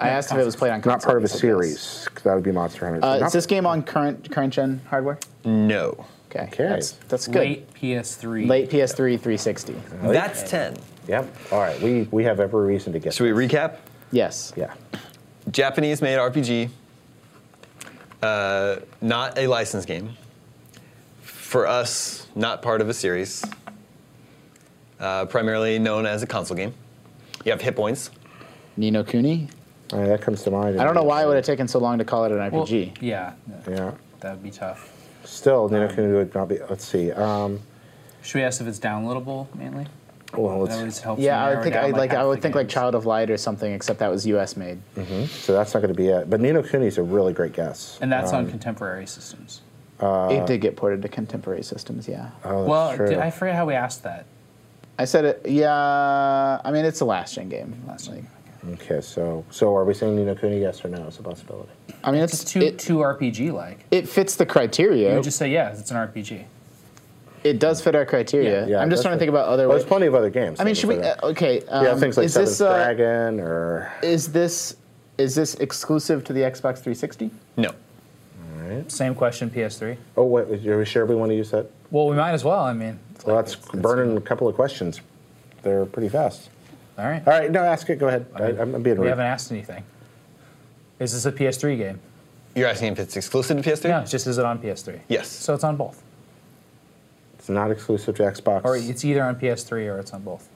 [SPEAKER 6] I asked if it was played on console.
[SPEAKER 5] Not part of a
[SPEAKER 6] so yes.
[SPEAKER 5] series. 'cause That would be Monster Hunter.
[SPEAKER 6] Uh,
[SPEAKER 5] Not-
[SPEAKER 6] is this game on current current gen hardware?
[SPEAKER 3] No.
[SPEAKER 6] Okay.
[SPEAKER 5] Okay.
[SPEAKER 6] That's, that's good.
[SPEAKER 4] Late PS3.
[SPEAKER 6] Late PS3 360.
[SPEAKER 3] That's 10.
[SPEAKER 5] Yep. All right. We we have every reason to get.
[SPEAKER 3] Should we
[SPEAKER 5] this.
[SPEAKER 3] recap?
[SPEAKER 6] Yes.
[SPEAKER 5] Yeah.
[SPEAKER 3] Japanese made RPG, uh, not a licensed game. For us, not part of a series. Uh, primarily known as a console game. You have hit points.
[SPEAKER 6] Nino Kuni.
[SPEAKER 5] All right, that comes to mind.
[SPEAKER 6] I don't know why it would have taken so long to call it an RPG.
[SPEAKER 4] Well, yeah, no,
[SPEAKER 5] Yeah.
[SPEAKER 4] that would be tough.
[SPEAKER 5] Still,
[SPEAKER 4] Um,
[SPEAKER 5] Nino Kuni would not be. Let's see. Um,
[SPEAKER 4] Should we ask if it's downloadable mainly?
[SPEAKER 5] well,
[SPEAKER 4] That
[SPEAKER 5] let's,
[SPEAKER 4] always helps.
[SPEAKER 6] yeah,
[SPEAKER 4] me
[SPEAKER 6] I would
[SPEAKER 4] narrow
[SPEAKER 6] think
[SPEAKER 4] down,
[SPEAKER 6] I, like I
[SPEAKER 4] half
[SPEAKER 6] would
[SPEAKER 4] the
[SPEAKER 6] think like
[SPEAKER 4] games.
[SPEAKER 6] Child of Light or something, except that was U.S. made.
[SPEAKER 5] so that's not going to be it. But Nino Kuni is a really great guess.
[SPEAKER 4] And that's on contemporary systems.
[SPEAKER 6] it did get ported to contemporary systems. Yeah,
[SPEAKER 4] well,
[SPEAKER 5] oh, true.
[SPEAKER 4] did, I forget how we asked that.
[SPEAKER 6] I said it. Yeah, I mean it's a last gen game.
[SPEAKER 4] Last
[SPEAKER 6] Like,
[SPEAKER 4] gen.
[SPEAKER 5] Um, Okay, so so are we saying Nino Kuni yes or no is a possibility?
[SPEAKER 6] I mean it's
[SPEAKER 4] It's too
[SPEAKER 6] it,
[SPEAKER 4] too RPG like.
[SPEAKER 6] it fits the criteria.
[SPEAKER 4] You would just say yeah, it's an RPG.
[SPEAKER 6] it does fit our criteria. I'm just
[SPEAKER 5] that's
[SPEAKER 6] trying to
[SPEAKER 5] right.
[SPEAKER 6] think about other
[SPEAKER 5] Well,
[SPEAKER 6] ways.
[SPEAKER 5] there's plenty of other games.
[SPEAKER 6] I mean,
[SPEAKER 5] that
[SPEAKER 6] should we?
[SPEAKER 5] are-
[SPEAKER 6] Uh, okay. Um,
[SPEAKER 5] yeah, things like
[SPEAKER 6] is
[SPEAKER 5] Seven's
[SPEAKER 6] this uh,
[SPEAKER 5] Dragon or
[SPEAKER 6] is this is this exclusive to the Xbox 360?
[SPEAKER 3] No.
[SPEAKER 4] Same question, PS3.
[SPEAKER 5] oh wait, are we sure we want to use that?
[SPEAKER 4] Well, we might as well. I mean,
[SPEAKER 5] Well, that's burning a couple of questions. They're pretty fast.
[SPEAKER 4] all right.
[SPEAKER 5] All right, no, ask it. Go ahead. I, I'm being
[SPEAKER 4] We
[SPEAKER 5] rude.
[SPEAKER 4] haven't asked anything. Is this a PS3 game?
[SPEAKER 3] You're asking if it's exclusive to PS3?
[SPEAKER 4] No, it's just is it on PS3?
[SPEAKER 3] Yes.
[SPEAKER 4] So it's on both,
[SPEAKER 5] It's not exclusive to Xbox.
[SPEAKER 4] or it's either on PS3 or it's on both.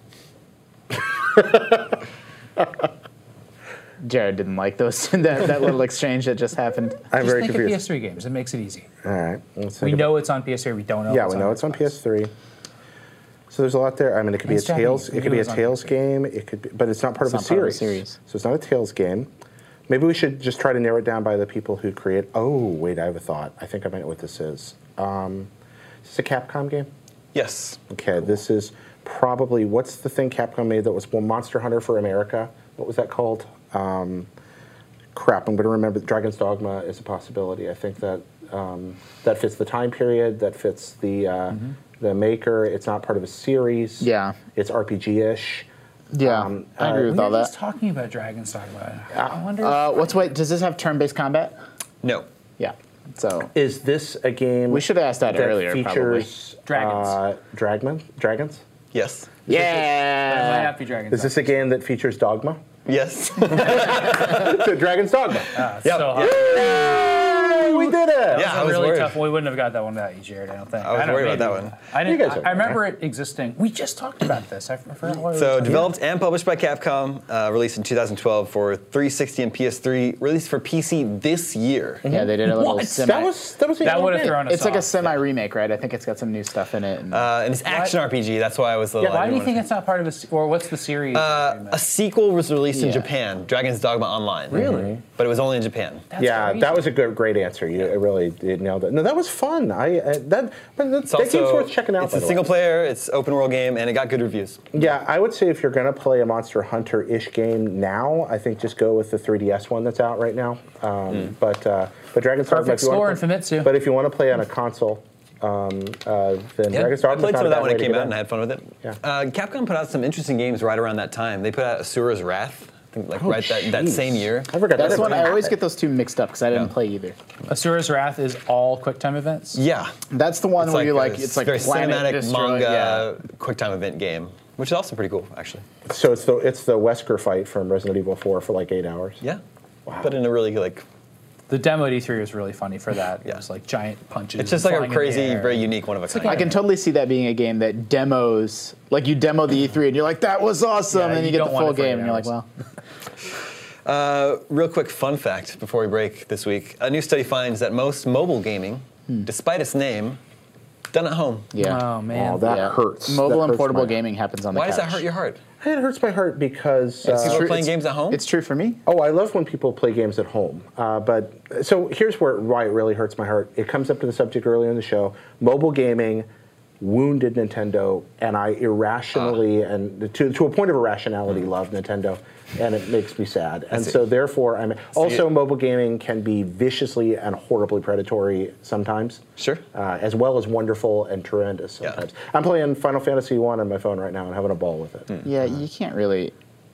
[SPEAKER 6] Jared didn't like those that, that little exchange that just happened.
[SPEAKER 5] I'm
[SPEAKER 4] Just
[SPEAKER 5] very
[SPEAKER 4] think
[SPEAKER 5] confused.
[SPEAKER 4] of PS3 games. It makes it easy.
[SPEAKER 5] All right, let's
[SPEAKER 4] We
[SPEAKER 5] think about-
[SPEAKER 4] know it's on PS3. We don't know.
[SPEAKER 5] Yeah, we know it's on PS3. So there's a lot there. I mean, it could be a
[SPEAKER 4] It's
[SPEAKER 5] Tails.
[SPEAKER 4] Japanese.
[SPEAKER 5] It
[SPEAKER 4] We
[SPEAKER 5] could
[SPEAKER 4] knew
[SPEAKER 5] be a
[SPEAKER 4] it was on
[SPEAKER 5] Tails
[SPEAKER 4] PS3.
[SPEAKER 5] game. It could, be, but it's not part,
[SPEAKER 6] It's
[SPEAKER 5] of, a
[SPEAKER 6] not part of a series.
[SPEAKER 5] So it's not a Tails game. Maybe we should just try to narrow it down by the people who create. Oh wait, I have a thought. I think I might know what this is. Um, is this a Capcom game?
[SPEAKER 3] Yes.
[SPEAKER 5] Okay, this is probably what's the thing Capcom made that was well, Monster Hunter for America? What was that called? Um, crap, I'm going to remember that Dragon's Dogma is a possibility. I think that um, that fits the time period, that fits the uh, the maker. It's not part of a series.
[SPEAKER 6] Yeah.
[SPEAKER 5] it's RPG ish.
[SPEAKER 6] Yeah,
[SPEAKER 5] Um, uh,
[SPEAKER 6] I agree
[SPEAKER 4] We
[SPEAKER 6] with
[SPEAKER 4] were
[SPEAKER 6] all
[SPEAKER 4] just
[SPEAKER 6] that.
[SPEAKER 4] talking about Dragon's Dogma. I wonder.
[SPEAKER 6] Uh, what's wait? Does this have turn-based combat?
[SPEAKER 3] No.
[SPEAKER 6] Yeah. So
[SPEAKER 5] Is this a game?
[SPEAKER 6] we should have asked that,
[SPEAKER 5] that
[SPEAKER 6] earlier. probably.
[SPEAKER 5] features
[SPEAKER 4] Dragons.
[SPEAKER 5] Uh, dragman, dragons.
[SPEAKER 3] Yes.
[SPEAKER 4] it might
[SPEAKER 6] Yeah.
[SPEAKER 4] not be Dragon's
[SPEAKER 5] Is this a game that features dogma?
[SPEAKER 3] Yes.
[SPEAKER 5] So Dragon's Dogma.
[SPEAKER 4] Dogma. Yep. Ah, So uh, hard.
[SPEAKER 5] Yay, we did it.
[SPEAKER 3] yeah, I
[SPEAKER 4] a
[SPEAKER 3] was
[SPEAKER 4] really
[SPEAKER 3] worried.
[SPEAKER 4] tough. We wouldn't have got that one without you, Jared. I don't think.
[SPEAKER 3] was
[SPEAKER 4] don't-
[SPEAKER 3] worried about
[SPEAKER 4] maybe.
[SPEAKER 3] that one.
[SPEAKER 4] I didn't.
[SPEAKER 5] You guys are
[SPEAKER 4] I, I remember it existing. We just talked about this. I forgot. What
[SPEAKER 3] So developed and published by Capcom, uh, released in 2012 for 360 and PS3, released for PC this year.
[SPEAKER 6] Yeah, they did a little
[SPEAKER 4] What?
[SPEAKER 6] semi.
[SPEAKER 5] That was that was the
[SPEAKER 4] That
[SPEAKER 5] only
[SPEAKER 4] would've
[SPEAKER 5] game.
[SPEAKER 4] thrown us
[SPEAKER 6] it's like a
[SPEAKER 4] off.
[SPEAKER 6] semi remake, right? I think it's got some new stuff in it. And,
[SPEAKER 3] Uh, and it's action RPG. That's why I was a little. I
[SPEAKER 4] Why do you
[SPEAKER 3] didn't
[SPEAKER 4] think it's not part of a se- or what's the series?
[SPEAKER 3] wanna- a sequel was released in
[SPEAKER 6] Yeah.
[SPEAKER 3] Japan, Dragon's Dogma Online. Really? But it was only in Japan.
[SPEAKER 4] That's
[SPEAKER 5] Yeah,
[SPEAKER 4] crazy.
[SPEAKER 5] that was a good, great answer. You really did nailed it. No, that was fun. I uh, that but that,
[SPEAKER 3] It's
[SPEAKER 5] that
[SPEAKER 3] also-
[SPEAKER 5] game's worth checking out.
[SPEAKER 3] It's
[SPEAKER 5] by
[SPEAKER 3] a
[SPEAKER 5] the way.
[SPEAKER 3] single player. It's open world game, and it got good reviews.
[SPEAKER 5] Yeah, I would say if you're gonna play a Monster Hunter ish game now, I think just go with the 3DS one that's out right now. Um,
[SPEAKER 3] Hmm.
[SPEAKER 5] But uh, but Dragon's Dogma.
[SPEAKER 4] Perfect
[SPEAKER 5] if you wanna
[SPEAKER 4] score in
[SPEAKER 5] play-
[SPEAKER 4] Famitsu.
[SPEAKER 5] But if you want to play on a console, um, uh, then
[SPEAKER 3] Yeah, I played
[SPEAKER 5] Dragon's Dogma.
[SPEAKER 3] some of that when it came out, and I had fun with it.
[SPEAKER 5] Yeah.
[SPEAKER 3] Uh, Capcom put out some interesting games right around that time. They put out Asura's Wrath, I think,
[SPEAKER 5] Oh,
[SPEAKER 3] like right that, that same year.
[SPEAKER 5] I forgot
[SPEAKER 6] That's
[SPEAKER 5] that
[SPEAKER 6] the one I
[SPEAKER 5] ever
[SPEAKER 6] always get
[SPEAKER 5] happened.
[SPEAKER 6] those two mixed up because I didn't
[SPEAKER 3] Yeah.
[SPEAKER 6] play either.
[SPEAKER 4] Asura's Wrath is all QuickTime events.
[SPEAKER 3] Yeah,
[SPEAKER 6] That's the one
[SPEAKER 3] It's
[SPEAKER 6] where
[SPEAKER 3] a
[SPEAKER 6] you like it's like
[SPEAKER 3] very
[SPEAKER 6] planet
[SPEAKER 3] cinematic
[SPEAKER 6] destroy-
[SPEAKER 3] manga QuickTime event game, which is also pretty cool, actually.
[SPEAKER 5] So it's the it's the Wesker fight from Resident Evil 4 for like eight hours.
[SPEAKER 3] Yeah, but in a really like
[SPEAKER 4] The demo at E3 was really funny for that.
[SPEAKER 3] Yeah.
[SPEAKER 4] It was like giant punches.
[SPEAKER 3] it's just like a
[SPEAKER 4] flying in the
[SPEAKER 3] crazy,
[SPEAKER 4] air.
[SPEAKER 3] very unique one of a kind.
[SPEAKER 6] I can totally see that being a game that demos, like you demo the E3 and you're like, that was awesome,
[SPEAKER 4] Yeah,
[SPEAKER 6] and
[SPEAKER 4] you
[SPEAKER 6] you, get the
[SPEAKER 4] don't want
[SPEAKER 6] full
[SPEAKER 4] it for
[SPEAKER 6] game
[SPEAKER 4] eight
[SPEAKER 6] and you're like,
[SPEAKER 4] hours.
[SPEAKER 6] well,
[SPEAKER 3] Real quick fun fact before we break this week: a new study finds that most mobile gaming, despite its name, done at home.
[SPEAKER 6] Hmm. yeah.
[SPEAKER 4] Oh man.
[SPEAKER 5] Oh, that
[SPEAKER 6] Yeah.
[SPEAKER 5] hurts.
[SPEAKER 6] Mobile
[SPEAKER 5] That
[SPEAKER 6] and
[SPEAKER 5] hurts
[SPEAKER 6] portable
[SPEAKER 5] my-
[SPEAKER 6] gaming happens on the
[SPEAKER 3] Why
[SPEAKER 6] couch.
[SPEAKER 3] does that hurt your heart?
[SPEAKER 5] It hurts my heart because uh,
[SPEAKER 3] People are
[SPEAKER 6] true,
[SPEAKER 3] playing
[SPEAKER 6] it's-
[SPEAKER 3] games at home.
[SPEAKER 6] It's true for me.
[SPEAKER 5] Oh, I love when people play games at home. Uh, but so here's where why it really hurts my heart. It comes up to the subject earlier in the show. Mobile gaming wounded Nintendo, and I irrationally and to, to a point of irrationality
[SPEAKER 3] Mm.
[SPEAKER 5] love Nintendo, and it makes me sad. And
[SPEAKER 3] see.
[SPEAKER 5] so therefore, I'm also
[SPEAKER 3] it-
[SPEAKER 5] mobile gaming can be viciously and horribly predatory sometimes.
[SPEAKER 3] Sure.
[SPEAKER 5] Uh, as well as wonderful and horrendous
[SPEAKER 3] Yeah.
[SPEAKER 5] sometimes. I'm playing Final Fantasy One on my phone right now and having a ball with
[SPEAKER 3] Hmm.
[SPEAKER 5] it.
[SPEAKER 6] Yeah, you can't really.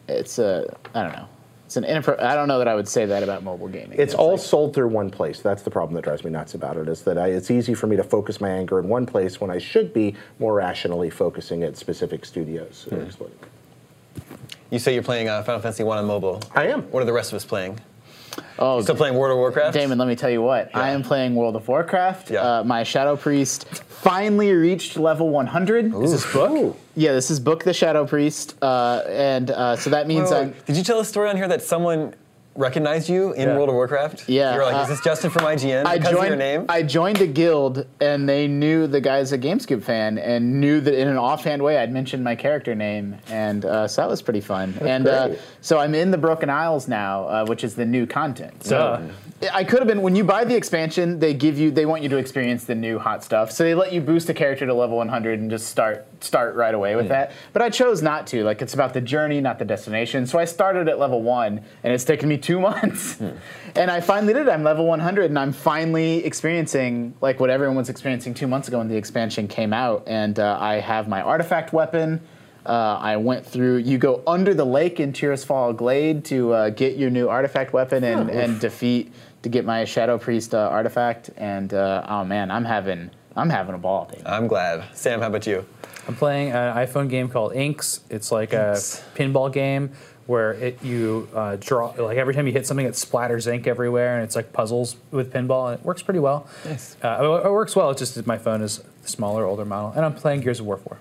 [SPEAKER 6] It's a. I don't know. It's an inappro- I don't know that I would say that about mobile gaming.
[SPEAKER 5] It's all
[SPEAKER 6] like-
[SPEAKER 5] sold through one place. That's the problem that drives me nuts about it. Is that I, it's easy for me to focus my anger in one place when I should be more rationally focusing at specific studios. or exploiting.
[SPEAKER 3] You say you're playing uh, Final Fantasy One on mobile.
[SPEAKER 5] I am.
[SPEAKER 3] What are the rest of us playing?
[SPEAKER 6] Oh,
[SPEAKER 3] Still playing World of Warcraft?
[SPEAKER 6] Damon, let me tell you what. I am playing World of Warcraft.
[SPEAKER 3] Yeah.
[SPEAKER 6] Uh, my Shadow Priest finally reached level 100. Is this book? Yeah, this is book the Shadow Priest, uh, and uh, so that means
[SPEAKER 3] Wait,
[SPEAKER 6] I'm.
[SPEAKER 3] wait, Did you tell a story on here that someone recognized you in
[SPEAKER 4] Yeah.
[SPEAKER 3] World of Warcraft?
[SPEAKER 6] Yeah,
[SPEAKER 3] You were like,
[SPEAKER 6] uh,
[SPEAKER 3] is this Justin from IGN?
[SPEAKER 6] I
[SPEAKER 3] because
[SPEAKER 6] joined,
[SPEAKER 3] of your name?
[SPEAKER 6] I joined a guild, and they knew the guy's a GameScoop fan, and knew that in an offhand way I'd mentioned my character name, and uh, so that was pretty fun. and uh,
[SPEAKER 5] great.
[SPEAKER 6] so I'm in the Broken Isles now, uh, which is the new content. So
[SPEAKER 4] Duh.
[SPEAKER 6] I could have been when you buy the expansion, they give you they want you to experience the new hot stuff. So they let you boost a character to level 100 and just start start right away with that. But I chose not to. Like it's about the journey, not the destination. So I started at level 1 and it's taken me 2 months. And I finally did it. I'm level 100 and I'm finally experiencing like what everyone was experiencing 2 months ago when the expansion came out and uh, I have my artifact weapon. Uh, I went through. You go under the lake in Tears Fall Glade to uh, get your new artifact weapon
[SPEAKER 3] Oh.
[SPEAKER 6] and, and defeat to get my Shadow Priest uh, artifact. And uh, oh man, I'm having I'm having a ball. Dude.
[SPEAKER 3] I'm glad. Sam, how about you?
[SPEAKER 4] I'm playing an iPhone game called Inks. It's like
[SPEAKER 3] Inks.
[SPEAKER 4] a pinball game where it you uh, draw like every time you hit something, it splatters ink everywhere, and it's like puzzles with pinball, and it works pretty well.
[SPEAKER 3] Nice.
[SPEAKER 4] Uh, it, it works well. It's just that my phone is a smaller, older model, and I'm playing Gears of War 4.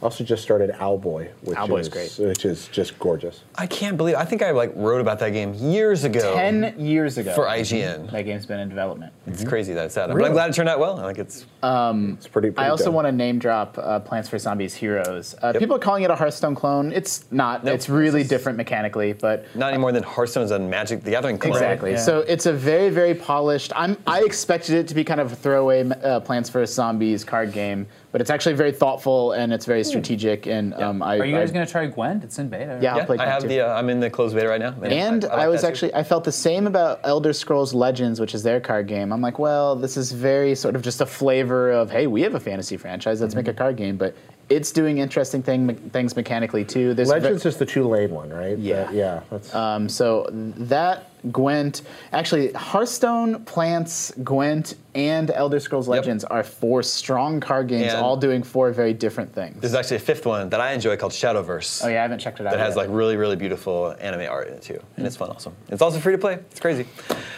[SPEAKER 5] Also, just started Owlboy, which
[SPEAKER 6] Owlboy's
[SPEAKER 5] is
[SPEAKER 6] great.
[SPEAKER 5] which is just gorgeous.
[SPEAKER 3] I can't believe I think I like wrote about that game years ago
[SPEAKER 6] Ten years ago, Mm-hmm.
[SPEAKER 3] for IGN.
[SPEAKER 6] that game's been in development.
[SPEAKER 3] It's crazy that it's out there. But I'm
[SPEAKER 4] Really?
[SPEAKER 3] glad it turned out well. I think it's
[SPEAKER 5] It's pretty. pretty
[SPEAKER 6] I also
[SPEAKER 5] dope.
[SPEAKER 6] want to name drop uh, Plants for Zombies Heroes. Uh, People are calling it a Hearthstone clone. It's not.
[SPEAKER 3] Nope.
[SPEAKER 6] It's really different mechanically, but
[SPEAKER 3] not any more than Hearthstone is a Magic the Gathering clone.
[SPEAKER 6] Exactly.
[SPEAKER 4] yeah.
[SPEAKER 6] So it's a very, very polished. I'm. I expected
[SPEAKER 3] Hmm.
[SPEAKER 6] it to be kind of a throwaway uh, Plants vs Zombies card game, but it's actually very thoughtful and it's very strategic, and um, I.
[SPEAKER 4] Are you
[SPEAKER 6] I-
[SPEAKER 4] guys going to try Gwent? It's in beta.
[SPEAKER 6] Yeah,
[SPEAKER 3] Yeah,
[SPEAKER 6] I'll play
[SPEAKER 3] I
[SPEAKER 6] Gwent
[SPEAKER 3] have
[SPEAKER 6] too.
[SPEAKER 3] the. Uh, I'm in the closed beta right now.
[SPEAKER 6] And
[SPEAKER 3] like
[SPEAKER 6] I, was
[SPEAKER 3] that too.
[SPEAKER 6] actually I felt the same about Elder Scrolls Legends, which is their card game. I'm like, well, this is very sort of just a flavor of hey, we have a fantasy franchise, let's
[SPEAKER 3] Mm-hmm.
[SPEAKER 6] make a card game, but it's doing interesting thing, things mechanically too. There's ve-
[SPEAKER 5] Legends is the two lane one, right?
[SPEAKER 6] Yeah.
[SPEAKER 5] That- yeah. That's,
[SPEAKER 6] um, so that Gwent, actually Hearthstone, Plants, Gwent, and Elder Scrolls Legends are four strong card games,
[SPEAKER 3] And-
[SPEAKER 6] all doing four very different things.
[SPEAKER 3] There's actually a fifth one that I enjoy called Shadowverse.
[SPEAKER 6] oh yeah, I haven't checked it out.
[SPEAKER 3] That has like
[SPEAKER 6] yet.
[SPEAKER 3] really, really beautiful anime art in it too, and it's fun, also. It's also free to play. It's crazy.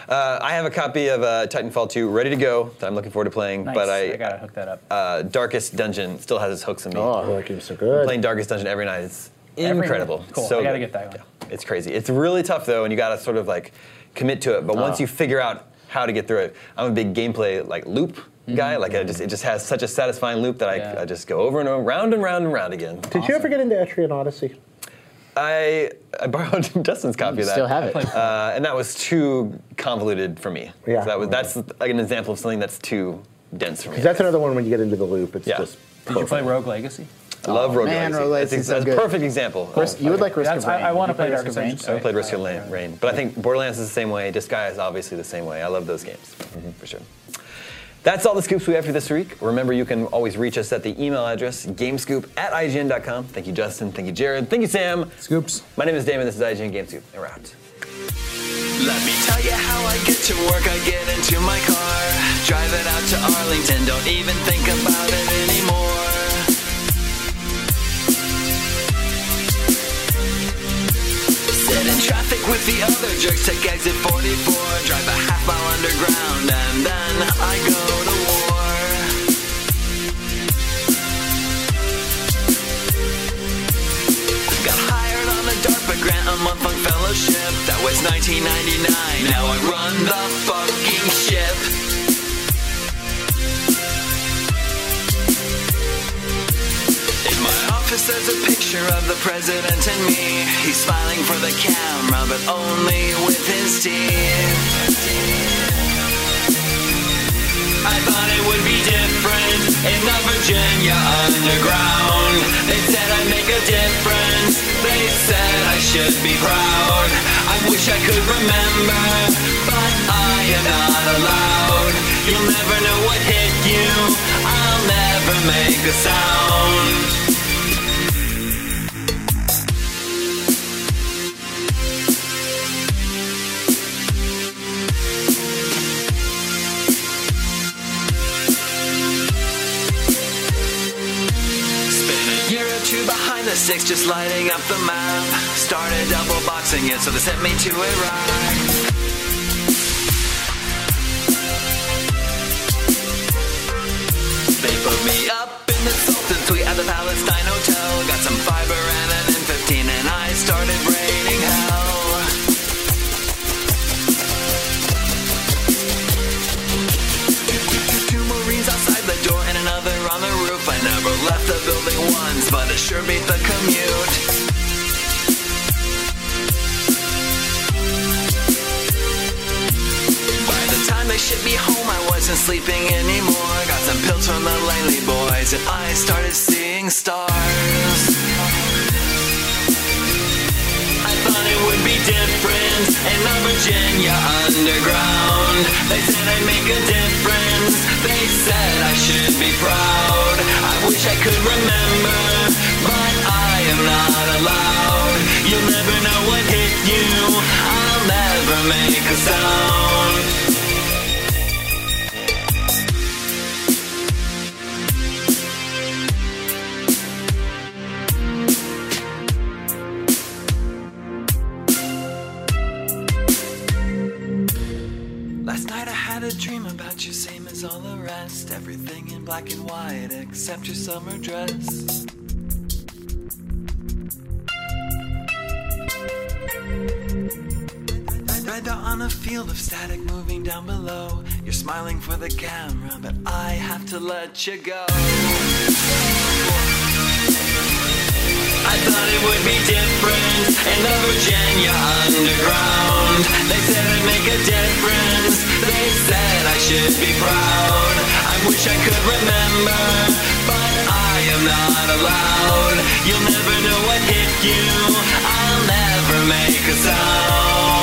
[SPEAKER 3] Uh, I have a copy of uh, Titanfall 2 ready to go that I'm looking forward to playing,
[SPEAKER 4] Nice.
[SPEAKER 3] but
[SPEAKER 4] I,
[SPEAKER 3] I,
[SPEAKER 4] gotta hook that up.
[SPEAKER 3] uh, Darkest Dungeon still has its hooks in me.
[SPEAKER 5] oh, that game's so good.
[SPEAKER 3] I'm playing Darkest Dungeon every night. It's
[SPEAKER 4] Every night?
[SPEAKER 3] incredible.
[SPEAKER 4] Cool.
[SPEAKER 3] So
[SPEAKER 4] I gotta
[SPEAKER 3] good.
[SPEAKER 4] get that one.
[SPEAKER 3] Yeah. It's crazy. It's really tough though, and you gotta sort of like commit to it. But
[SPEAKER 6] Uh-huh.
[SPEAKER 3] once you figure out how to get through it, I'm a big gameplay like loop
[SPEAKER 6] Mm-hmm.
[SPEAKER 3] guy. Like I just, it just has such a satisfying loop that I,
[SPEAKER 4] Yeah.
[SPEAKER 3] I just go over and over, round and round and round again.
[SPEAKER 5] Did you ever get into Etrian Odyssey?
[SPEAKER 3] I I borrowed Dustin's copy of that.
[SPEAKER 6] Still have it.
[SPEAKER 3] Uh, and that was too convoluted for me.
[SPEAKER 5] Yeah.
[SPEAKER 3] So that was, that's like an example of something that's too dense for me.
[SPEAKER 5] That's another one when you get into the loop. It's
[SPEAKER 3] Yeah.
[SPEAKER 5] just.
[SPEAKER 4] Did you play Rogue Legacy?
[SPEAKER 3] I love Rogue
[SPEAKER 6] Oh, man, Rogue
[SPEAKER 3] Legacy.
[SPEAKER 6] Legacy
[SPEAKER 3] That's,
[SPEAKER 6] is
[SPEAKER 3] that's
[SPEAKER 6] so
[SPEAKER 3] a
[SPEAKER 6] good.
[SPEAKER 3] perfect example.
[SPEAKER 6] Risk- you would like Risk
[SPEAKER 4] That's-
[SPEAKER 6] of
[SPEAKER 4] I-
[SPEAKER 6] Rain.
[SPEAKER 4] I wanna
[SPEAKER 6] You
[SPEAKER 4] play Dark
[SPEAKER 6] Risk of Rain?
[SPEAKER 4] Ascension.
[SPEAKER 3] I played Risk of Rain, Rain, but I think Borderlands is the same way. Disguise obviously the same way. I love those games for sure. That's all the scoops we have for this week. Remember, you can always reach us at the email address gamescoop at ign.com. Thank you, Justin. Thank you, Jared. Thank you, Sam.
[SPEAKER 4] Scoops.
[SPEAKER 3] My name is Damon. This is IGN Gamescoop, and we're out.
[SPEAKER 9] Let me tell you how I get to work. I get into my car, drive it out to Arlington. Don't even think about it anymore. Sit in traffic with the other jerks. Take exit 44, drive a half mile underground, and then I go to war. Got hired on a DARPA grant, a month long fellowship. That was 1999. Now I run the fucking ship. In my office, there's a picture of the president and me. He's smiling for the camera, but only with his teeth. I thought it would be different in the Virginia underground. They said I'd make a difference. They said I should be proud. I wish I could remember, but I am not allowed. You'll never know what hit you. I'll never make a sound. Been a year or two behind the six, just lighting up the map. Started double boxing it, so they sent me to Iraq. They put me up in the Sultan suite at the Palestine Hotel. Got some fiber and an M15, and I started raining hell. Two Marines outside the door and another on the roof. I never left the building once, but it sure beat the commute. By the time they shipped me home, I wasn't sleeping anymore. Got some pills from the Langley boys, and I started seeing stars. I thought it would be different in the Virginia underground. They said I'd make a difference. They said I should be proud. I wish I could remember, but I am not allowed. You'll never know what hit you. I'll never make a sound. Last night I had a dream about you, same as all the rest. Everything in black and white except your summer dress. Red- Red dot on a field of static moving down below. You're smiling for the camera, but I have to let you go. I thought it would be different in the Virginia underground. They said I'd make a difference. They said I should be proud. I wish I could remember, but I am not allowed. You'll never know what hit you. I'll never make a sound.